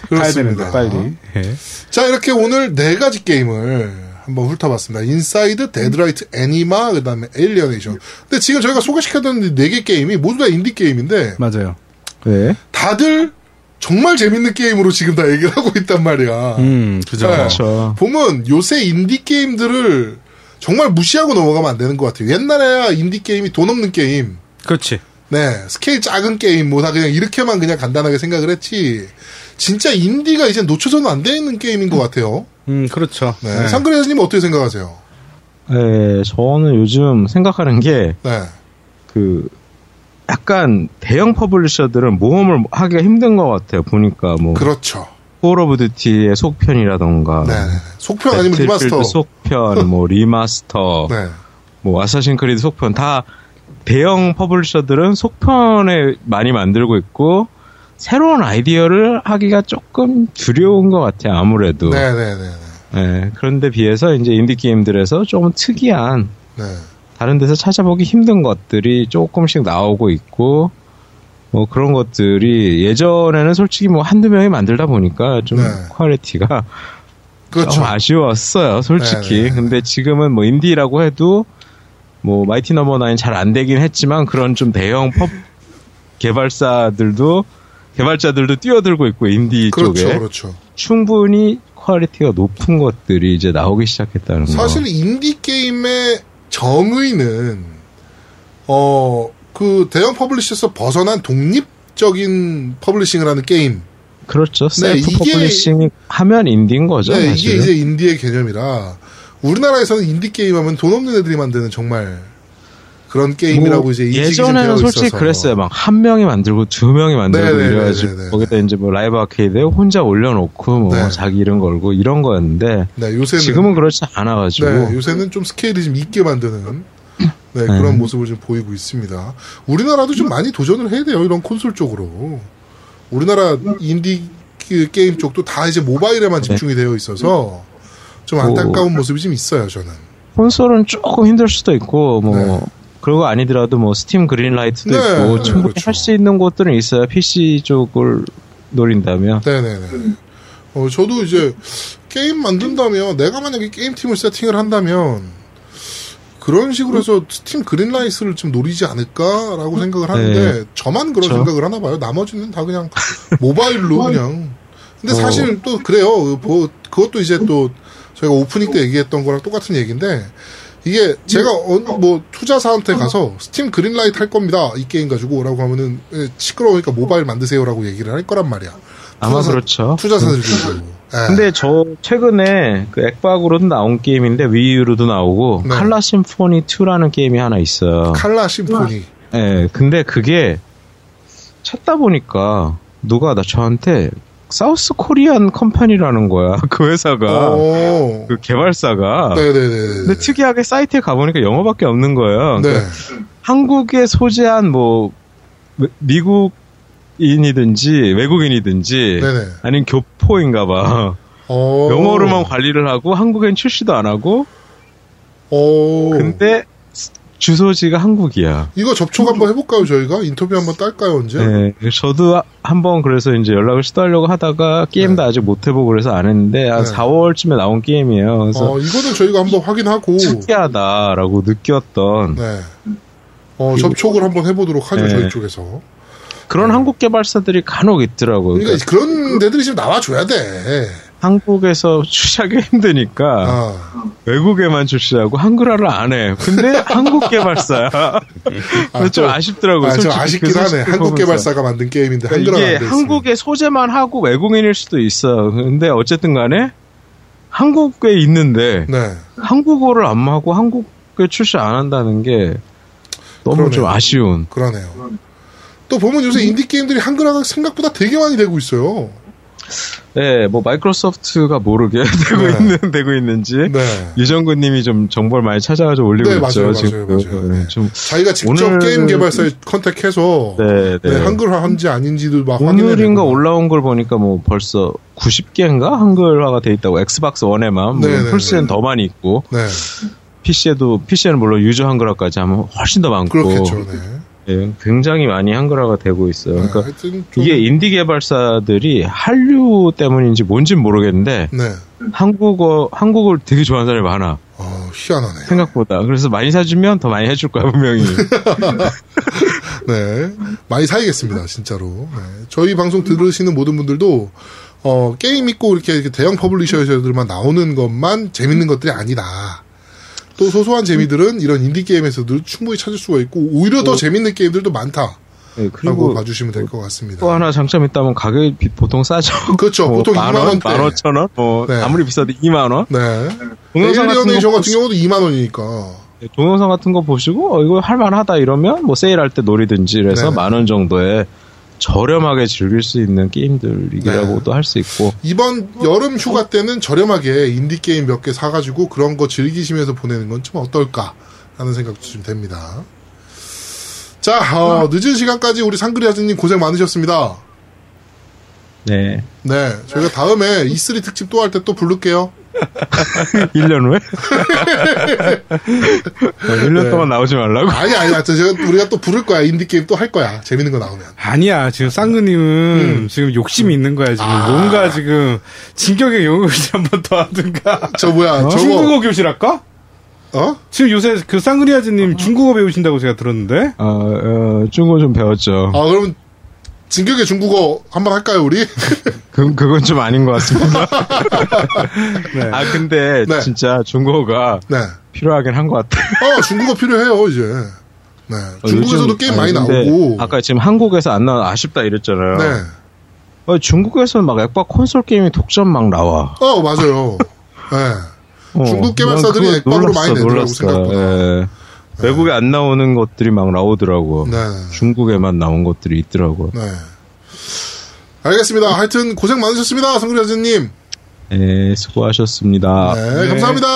[SPEAKER 1] 그렇습니다.
[SPEAKER 2] 가야 되는데 빨리. 예.
[SPEAKER 1] 자, 이렇게 오늘 네 가지 게임을 한번 훑어봤습니다. 인사이드, 데드라이트, 애니마, 그 다음에 에일리어네이션. 근데 지금 저희가 소개시켜드렸는데 네 개 게임이 모두 다 인디 게임인데
[SPEAKER 2] 맞아요.
[SPEAKER 4] 네.
[SPEAKER 1] 다들 정말 재밌는 게임으로 지금 다 얘기를 하고 있단 말이야.
[SPEAKER 2] 음, 그죠.
[SPEAKER 1] 네.
[SPEAKER 4] 그렇죠.
[SPEAKER 1] 보면 요새 인디 게임들을 정말 무시하고 넘어가면 안 되는 것 같아요. 옛날에야 인디 게임이 돈 없는 게임,
[SPEAKER 2] 그렇지.
[SPEAKER 1] 네 스케일 작은 게임 뭐 다 그냥 이렇게만 그냥 간단하게 생각을 했지. 진짜 인디가 이제 놓쳐서는 안 되는 게임인 것 같아요.
[SPEAKER 2] 음, 그렇죠.
[SPEAKER 1] 네. 상그레 선님 어떻게 생각하세요?
[SPEAKER 4] 네, 저는 요즘 생각하는 게
[SPEAKER 1] 네.
[SPEAKER 4] 그 약간 대형 퍼블리셔들은 모험을 하기가 힘든 것 같아요. 보니까 뭐
[SPEAKER 1] 그렇죠.
[SPEAKER 4] 콜 오브 듀티의 속편이라던가
[SPEAKER 1] 네. 속편 아니면
[SPEAKER 4] 아, 배틀필드
[SPEAKER 1] 리마스터.
[SPEAKER 4] 속편, 뭐 리마스터,
[SPEAKER 1] <laughs> 네.
[SPEAKER 4] 뭐 아사신 크리드 속편 다 대형 퍼블리셔들은 속편에 많이 만들고 있고 새로운 아이디어를 하기가 조금 두려운 것 같아요. 아무래도.
[SPEAKER 1] 네, 네, 네, 네.
[SPEAKER 4] 예, 그런데 비해서 이제 인디 게임들에서 좀 특이한
[SPEAKER 1] 네.
[SPEAKER 4] 다른 데서 찾아보기 힘든 것들이 조금씩 나오고 있고 뭐 그런 것들이 예전에는 솔직히 뭐 한두 명이 만들다 보니까 좀
[SPEAKER 1] 네.
[SPEAKER 4] 퀄리티가
[SPEAKER 1] 그렇죠.
[SPEAKER 4] 좀 아쉬웠어요 솔직히
[SPEAKER 1] 네, 네.
[SPEAKER 4] 근데 지금은 뭐 인디라고 해도 뭐 마이티 넘버 나인 잘 안 되긴 했지만 그런 좀 대형 펍 개발사들도 개발자들도 뛰어들고 있고 인디
[SPEAKER 1] 그렇죠,
[SPEAKER 4] 쪽에
[SPEAKER 1] 그렇죠.
[SPEAKER 4] 충분히 퀄리티가 높은 것들이 이제 나오기 시작했다는 거.
[SPEAKER 1] 사실 인디 게임의 정의는 어 그 대형 퍼블리셔에서 벗어난 독립적인 퍼블리싱을 하는 게임.
[SPEAKER 4] 그렇죠. 셀프
[SPEAKER 1] 네, 이게-
[SPEAKER 4] 퍼블리싱 하면 인디인 거죠.
[SPEAKER 1] 네, 이게
[SPEAKER 4] 사실은.
[SPEAKER 1] 이제 인디의 개념이라 우리나라에서는 인디 게임 하면 돈 없는 애들이 만드는 정말 그런 게임이라고
[SPEAKER 4] 뭐
[SPEAKER 1] 이제 인식이 좀 되어
[SPEAKER 4] 예전에는 솔직히
[SPEAKER 1] 있어서.
[SPEAKER 4] 그랬어요. 막 한 명이 만들고 두 명이 만들고
[SPEAKER 1] 네네네네네.
[SPEAKER 4] 이래가지고 거기다 이제 뭐 라이브 아케이드에 혼자 올려놓고 뭐
[SPEAKER 1] 네.
[SPEAKER 4] 자기 이름 걸고 이런 거였는데
[SPEAKER 1] 네, 요새는
[SPEAKER 4] 지금은 그렇지 않아가지고
[SPEAKER 1] 네, 요새는 좀 스케일이 좀 있게 만드는 네, 그런
[SPEAKER 4] 네.
[SPEAKER 1] 모습을 좀 보이고 있습니다. 우리나라도 좀 많이 도전을 해야 돼요. 이런 콘솔 쪽으로. 우리나라 인디 그 게임 쪽도 다 이제 모바일에만
[SPEAKER 4] 네.
[SPEAKER 1] 집중이 되어 있어서 좀 안타까운 모습이 좀 있어요, 저는.
[SPEAKER 4] 콘솔은 조금 힘들 수도 있고 뭐
[SPEAKER 1] 네.
[SPEAKER 4] 그거 아니더라도 뭐 스팀 그린라이트도
[SPEAKER 1] 네,
[SPEAKER 4] 있고
[SPEAKER 1] 네,
[SPEAKER 4] 충분히
[SPEAKER 1] 그렇죠.
[SPEAKER 4] 할 수 있는 곳들은 있어요. PC 쪽을 노린다면
[SPEAKER 1] 네네네. 어, 저도 이제 게임 만든다면 내가 만약에 게임팀을 세팅을 한다면 그런 식으로 해서 스팀 그린라이트를 좀 노리지 않을까라고 생각을 하는데 저만 그런
[SPEAKER 4] 음, 그렇죠.
[SPEAKER 1] 생각을 하나 봐요. 나머지는 다 그냥 모바일로 그냥. 근데
[SPEAKER 4] 어.
[SPEAKER 1] 사실 또 그래요. 뭐 그것도 이제 또 저희가 오프닝 때 얘기했던 거랑 똑같은 얘기인데 이게 제가 어, 뭐 투자사한테 가서 스팀 그린라이트 할 겁니다. 이 게임 가지고라고 하면은 예, 시끄러우니까 모바일 만드세요라고 얘기를 할 거란 말이야.
[SPEAKER 4] 아마
[SPEAKER 1] 투자사-
[SPEAKER 4] 그렇죠.
[SPEAKER 1] 투자사들 중에.
[SPEAKER 4] 아. 근데 저 최근에 그 액박으로도 나온 게임인데 위유로도 나오고
[SPEAKER 1] 네.
[SPEAKER 4] 칼라 심포니 2라는 게임이 하나 있어요.
[SPEAKER 1] 칼라 심포니.
[SPEAKER 4] 예, 근데 그게 찾다 보니까 누가 나 저한테 사우스 코리안 컴퍼니라는 거야. <laughs> 그 회사가
[SPEAKER 1] 오.
[SPEAKER 4] 그 개발사가.
[SPEAKER 1] 어. 네네네.
[SPEAKER 4] 근데 특이하게 사이트에 가보니까 영어밖에 없는 거예요.
[SPEAKER 1] 네.
[SPEAKER 4] 그러니까 한국에 소재한 뭐 외- 미국인이든지 외국인이든지
[SPEAKER 1] 네네.
[SPEAKER 4] 아니면 교포인가 봐.
[SPEAKER 1] 어.
[SPEAKER 4] 영어로만 관리를 하고 한국엔 출시도 안 하고
[SPEAKER 1] 오.
[SPEAKER 4] 근데 스- 주소지가 한국이야.
[SPEAKER 1] 이거 접촉 한번 해볼까요 저희가 인터뷰 한번 딸까요 언제?
[SPEAKER 4] 네, 저도 하- 한번 그래서 이제 연락을 시도하려고 하다가 게임도 아직 못 해보고 그래서 안 했는데 한
[SPEAKER 1] 네.
[SPEAKER 4] 4월쯤에 나온 게임이에요. 그래서
[SPEAKER 1] 어 이거는 저희가 한번 확인하고.
[SPEAKER 4] 특이하다라고 느꼈던
[SPEAKER 1] 네. 어 접촉을 한번 해보도록 하죠
[SPEAKER 4] 네.
[SPEAKER 1] 저희 쪽에서.
[SPEAKER 4] 그런 한국 개발사들이 간혹 있더라고요.
[SPEAKER 1] 네. 그러니까
[SPEAKER 4] 그러니까
[SPEAKER 1] 그런 애들이 지금 나와줘야 돼.
[SPEAKER 4] 한국에서 <laughs> 출시하기 힘드니까
[SPEAKER 1] 아.
[SPEAKER 4] 외국에만 출시하고 한글화를 안 해. 근데 한국
[SPEAKER 1] <laughs>
[SPEAKER 4] 개발사야. 그래서 좀
[SPEAKER 1] 아, 또-
[SPEAKER 4] 아쉽더라고요.
[SPEAKER 1] 아, 좀
[SPEAKER 4] 솔직히
[SPEAKER 1] 아쉽긴
[SPEAKER 4] 그
[SPEAKER 1] 하네.
[SPEAKER 4] 소식을
[SPEAKER 1] 한국
[SPEAKER 4] 보면서.
[SPEAKER 1] 개발사가 만든 게임인데 한글화
[SPEAKER 4] 그러니까 이게 한국의 소재만 하고 외국인일 수도 있어. 근데 어쨌든 간에 한국에 있는데
[SPEAKER 1] 네.
[SPEAKER 4] 한국어를 안 하고 한국에 출시 안 한다는 게 너무
[SPEAKER 1] 그러네요.
[SPEAKER 4] 좀 아쉬운.
[SPEAKER 1] 그러네요. 또 보면 요새
[SPEAKER 4] 음.
[SPEAKER 1] 인디 게임들이 한글화가 생각보다 되게 많이 되고 있어요.
[SPEAKER 4] 예, 뭐 마이크로소프트가 모르게 <laughs> 되고
[SPEAKER 1] 네.
[SPEAKER 4] 있는 되고 있는지
[SPEAKER 1] 네.
[SPEAKER 4] 유정근님이 좀 정보를 많이 찾아가지고 올리고
[SPEAKER 1] 네,
[SPEAKER 4] 있죠.
[SPEAKER 1] 맞아요,
[SPEAKER 4] 지금
[SPEAKER 1] 맞아요, 맞아요. 네.
[SPEAKER 4] 좀
[SPEAKER 1] 자기가 직접
[SPEAKER 4] 오늘- 그
[SPEAKER 1] 게임 개발사에 컨택해서
[SPEAKER 4] 네,
[SPEAKER 1] 네,
[SPEAKER 4] 네.
[SPEAKER 1] 한글화한지 아닌지도 막
[SPEAKER 4] 오늘인가
[SPEAKER 1] 확인해내고.
[SPEAKER 4] 올라온 걸 보니까 뭐 벌써 90개인가 한글화가 돼 있다고 엑스박스 원에만
[SPEAKER 1] 네, 네,
[SPEAKER 4] 뭐 플스는
[SPEAKER 1] 네.
[SPEAKER 4] 더 많이 있고
[SPEAKER 1] 네,
[SPEAKER 4] PC에도 PC에는 물론 유저 한글화까지 하면 훨씬 더 많고
[SPEAKER 1] 그렇겠죠. 네.
[SPEAKER 4] 예, 굉장히 많이 한글화가 되고 있어요.
[SPEAKER 1] 네,
[SPEAKER 4] 그러니까
[SPEAKER 1] 하여튼 좀-
[SPEAKER 4] 이게 인디 개발사들이 한류 때문인지 뭔진 모르겠는데
[SPEAKER 1] 네,
[SPEAKER 4] 한국어 한국을 되게 좋아하는 사람이 많아
[SPEAKER 1] 어, 희한하네. <laughs>
[SPEAKER 4] 생각보다 그래서 많이 사주면 더 많이 해줄 거야 분명히
[SPEAKER 1] 네. 많이 사이겠습니다, 진짜로. 네. 저희 방송 들으시는 모든 분들도, 어, 게임 있고 이렇게, 이렇게 대형 퍼블리셔들만 나오는 것만 재밌는 것들이 아니다. 또 소소한 재미들은 이런 인디게임에서도 충분히 찾을 수가 있고, 오히려 더 재밌는 게임들도 많다.
[SPEAKER 4] 네,
[SPEAKER 1] 라고
[SPEAKER 4] 어. 그리고
[SPEAKER 1] 봐주시면 될 것 같습니다.
[SPEAKER 4] 또 하나 장점 이 있다면 가격이 보통 싸죠. 뭐
[SPEAKER 1] 그렇죠. 보통 2만
[SPEAKER 4] 만원,
[SPEAKER 1] 원대.
[SPEAKER 4] 만오천원? 뭐,
[SPEAKER 1] 네.
[SPEAKER 4] 아무리 비싸도 2만원?
[SPEAKER 1] 네.
[SPEAKER 4] 동영상 같은
[SPEAKER 1] 에일리어네이션
[SPEAKER 4] 거
[SPEAKER 1] 같은 경우도 2만원이니까.
[SPEAKER 4] 네, 동영상 같은 거 보시고 어, 이거 할만하다 이러면 뭐 세일할 때 노리든지 그래서
[SPEAKER 1] 네.
[SPEAKER 4] 만 원 정도에 저렴하게 즐길 수 있는 게임들이라고도 할 수 있고
[SPEAKER 1] 이번 여름 휴가 때는 저렴하게 인디게임 몇 개 사가지고 그런 거 즐기시면서 보내는 건 좀 어떨까 하는 생각도 좀 됩니다. 자, 어, 늦은 시간까지 우리 상그리 아저님 고생 많으셨습니다.
[SPEAKER 4] <laughs> 네
[SPEAKER 1] 네, 저희가 다음에 E3 특집 또 할 때 또 부를게요.
[SPEAKER 4] 1년 <laughs> 후에 1년
[SPEAKER 1] 네.
[SPEAKER 4] 동안 나오지 말라고
[SPEAKER 1] 아니, 아니, 아 제가, 우리가 또 부를 거야. 인디게임 또 할 거야. 재밌는 거 나오면.
[SPEAKER 2] 아니야 지금 쌍그님은
[SPEAKER 1] 음.
[SPEAKER 2] 지금 욕심이 있는 거야 지금
[SPEAKER 1] 아.
[SPEAKER 2] 뭔가 지금 진격의 영웅을 한번 더 하든가
[SPEAKER 1] 저 뭐야, 저거,
[SPEAKER 2] 중국어 교실 할까?
[SPEAKER 1] 어?
[SPEAKER 2] 지금 요새 그 쌍그리아즈님 중국어 배우신다고 제가 들었는데
[SPEAKER 4] 어, 어, 중국어 좀 배웠죠
[SPEAKER 1] 아, 그럼, 진격의 중국어 한번 할까요, 우리? 네.
[SPEAKER 4] 그, 그건 좀 아닌 것 <laughs> 같습니다
[SPEAKER 2] 네.
[SPEAKER 4] 아 근데
[SPEAKER 1] 네.
[SPEAKER 4] 진짜 중국어가
[SPEAKER 1] 네.
[SPEAKER 4] 필요하긴 한 것 같아요
[SPEAKER 1] 어, 중국어 필요해요, 이제. 네.
[SPEAKER 4] 어,
[SPEAKER 1] 중국에서도
[SPEAKER 4] 요즘-
[SPEAKER 1] 게임 많이
[SPEAKER 4] 아니, 근데
[SPEAKER 1] 나오고.
[SPEAKER 4] 아까 지금 한국에서 안 나와 아쉽다 이랬잖아요
[SPEAKER 1] 네.
[SPEAKER 4] 어, 중국에서는 막 액박 콘솔 게임이 독점 막 나와
[SPEAKER 1] 어, 맞아요. 예. 중국 개발사들이
[SPEAKER 4] 난 그거
[SPEAKER 1] 액박으로 많이 내더라고, 생각보다.
[SPEAKER 4] 예. 외국에 안 나오는 것들이 막 나오더라고.
[SPEAKER 1] 네.
[SPEAKER 4] 중국에만 나온 것들이 있더라고.
[SPEAKER 1] 네. 알겠습니다. 하여튼 고생 많으셨습니다. 성그리 아저님.
[SPEAKER 4] 예,
[SPEAKER 2] 아,
[SPEAKER 4] 수고하셨습니다.
[SPEAKER 1] 네, 감사합니다.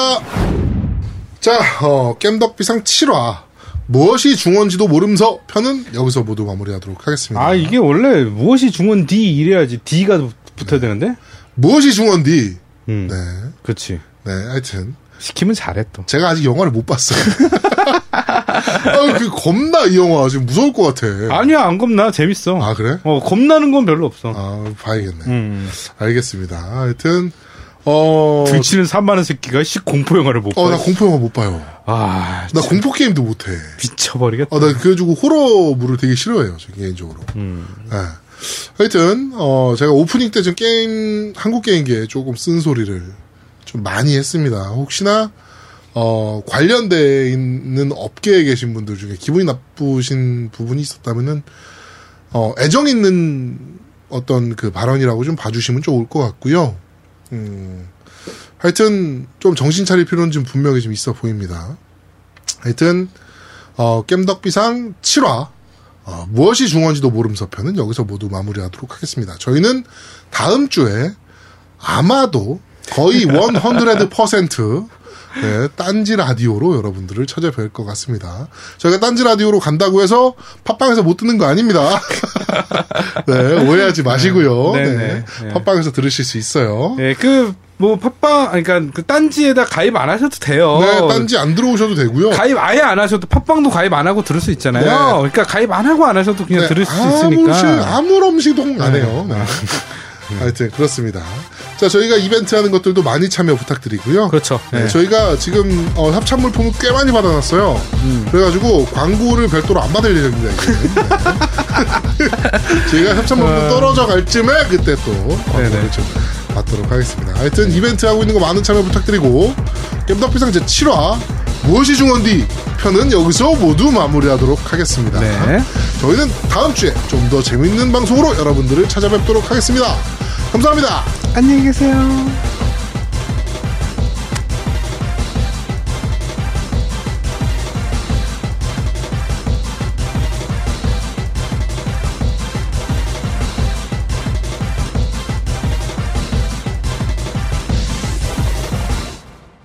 [SPEAKER 1] 자, 어, 겜덕비상 7화. 무엇이 중원지도 모름서 편은 여기서 모두 마무리하도록 하겠습니다.
[SPEAKER 2] 아 이게 원래 무엇이 중원 D 이래야지 D가 붙어야 되는데
[SPEAKER 1] 무엇이 중원디?
[SPEAKER 2] 음
[SPEAKER 1] 네.
[SPEAKER 2] 그렇지
[SPEAKER 1] 네, 하여튼.
[SPEAKER 2] 시키면 잘해 또
[SPEAKER 1] 제가 아직 영화를 못 봤어요. <laughs> 아, 그 겁나 이 영화 지금 무서울 것 같아.
[SPEAKER 2] 아니야 안 겁나 재밌어
[SPEAKER 1] 네. 아, 그래?
[SPEAKER 2] 어 겁나는 건 별로 없어
[SPEAKER 1] 아, 봐야겠네.
[SPEAKER 2] 음
[SPEAKER 1] 알겠습니다. 하여튼 어,
[SPEAKER 2] 그 등치는 산만한 새끼가 식 공포 영화를 못 봐.
[SPEAKER 1] 어, 나 공포 영화 못 봐요.
[SPEAKER 2] 아,
[SPEAKER 1] 나 공포 게임도 못 해.
[SPEAKER 2] 미쳐버리겠다.
[SPEAKER 1] 어, 나 그래가지고 호러물을 되게 싫어해요, 저 개인적으로. 예. 하여튼 어, 제가 오프닝 때 지금 게임 한국 게임계에 조금 쓴소리를 좀 많이 했습니다. 혹시나 어, 관련돼 있는 업계에 계신 분들 중에 기분이 나쁘신 부분이 있었다면은 어, 애정 있는 어떤 그 발언이라고 좀 봐주시면 좋을 것 같고요. 음, 하여튼 좀 정신 차릴 필요는 좀 분명히 좀 있어 보입니다. 하여튼 어, 겜덕비상 7화 어, 무엇이 중원지도 모름서편은 여기서 모두 마무리하도록 하겠습니다. 저희는 다음 주에 아마도
[SPEAKER 2] <laughs>
[SPEAKER 1] 거의 100% 네, 딴지 라디오로 여러분들을 찾아뵐 것 같습니다. 저희가 딴지 라디오로 간다고 해서 팟빵에서 못 듣는 거
[SPEAKER 2] <laughs>
[SPEAKER 1] 아닙니다. 네, 오해하지 마시고요.
[SPEAKER 2] 네,
[SPEAKER 1] 네,
[SPEAKER 2] 네, 네.
[SPEAKER 1] 팟빵에서 들으실 수 있어요.
[SPEAKER 2] 예, 그, 뭐, 팟빵, 아니, 그러니까, 그, 딴지에다 가입 안 하셔도 돼요.
[SPEAKER 1] 네, 딴지 안 들어오셔도 되고요.
[SPEAKER 2] 어, 가입 아예 안 하셔도, 팟빵도 가입 안 하고 들을 수 있잖아요.
[SPEAKER 1] 네.
[SPEAKER 2] 그러니까, 가입 안 하고 안 하셔도 그냥
[SPEAKER 1] 네,
[SPEAKER 2] 들을 수
[SPEAKER 1] 아무
[SPEAKER 2] 있으니까.
[SPEAKER 1] 시- 아무런 시동 안 해요.
[SPEAKER 2] <laughs>
[SPEAKER 1] 네. 하여튼 그렇습니다. 자 저희가 이벤트 하는 것들도 많이 참여 부탁드리고요.
[SPEAKER 2] 그렇죠.
[SPEAKER 1] 네,
[SPEAKER 2] 네.
[SPEAKER 1] 저희가 지금 어, 합참물 폼을 꽤 많이 받아놨어요.
[SPEAKER 2] 음.
[SPEAKER 1] 그래가지고 광고를 별도로 안 받을 예정입니다. 이제. 네. 저희가 합참물 폼 떨어져 갈 쯤에 그때 또 광고를
[SPEAKER 2] 네네.
[SPEAKER 1] 좀 받도록 하겠습니다. 하여튼 이벤트 하고 있는 거 많은 참여 부탁드리고 겜덕비상 제 7화 무엇이 중원디 편은 여기서 모두 마무리하도록 하겠습니다.
[SPEAKER 2] 네.
[SPEAKER 1] 저희는 다음 주에 좀 더 재밌는 방송으로 여러분들을 찾아뵙도록 하겠습니다. 감사합니다.
[SPEAKER 2] 안녕히 계세요.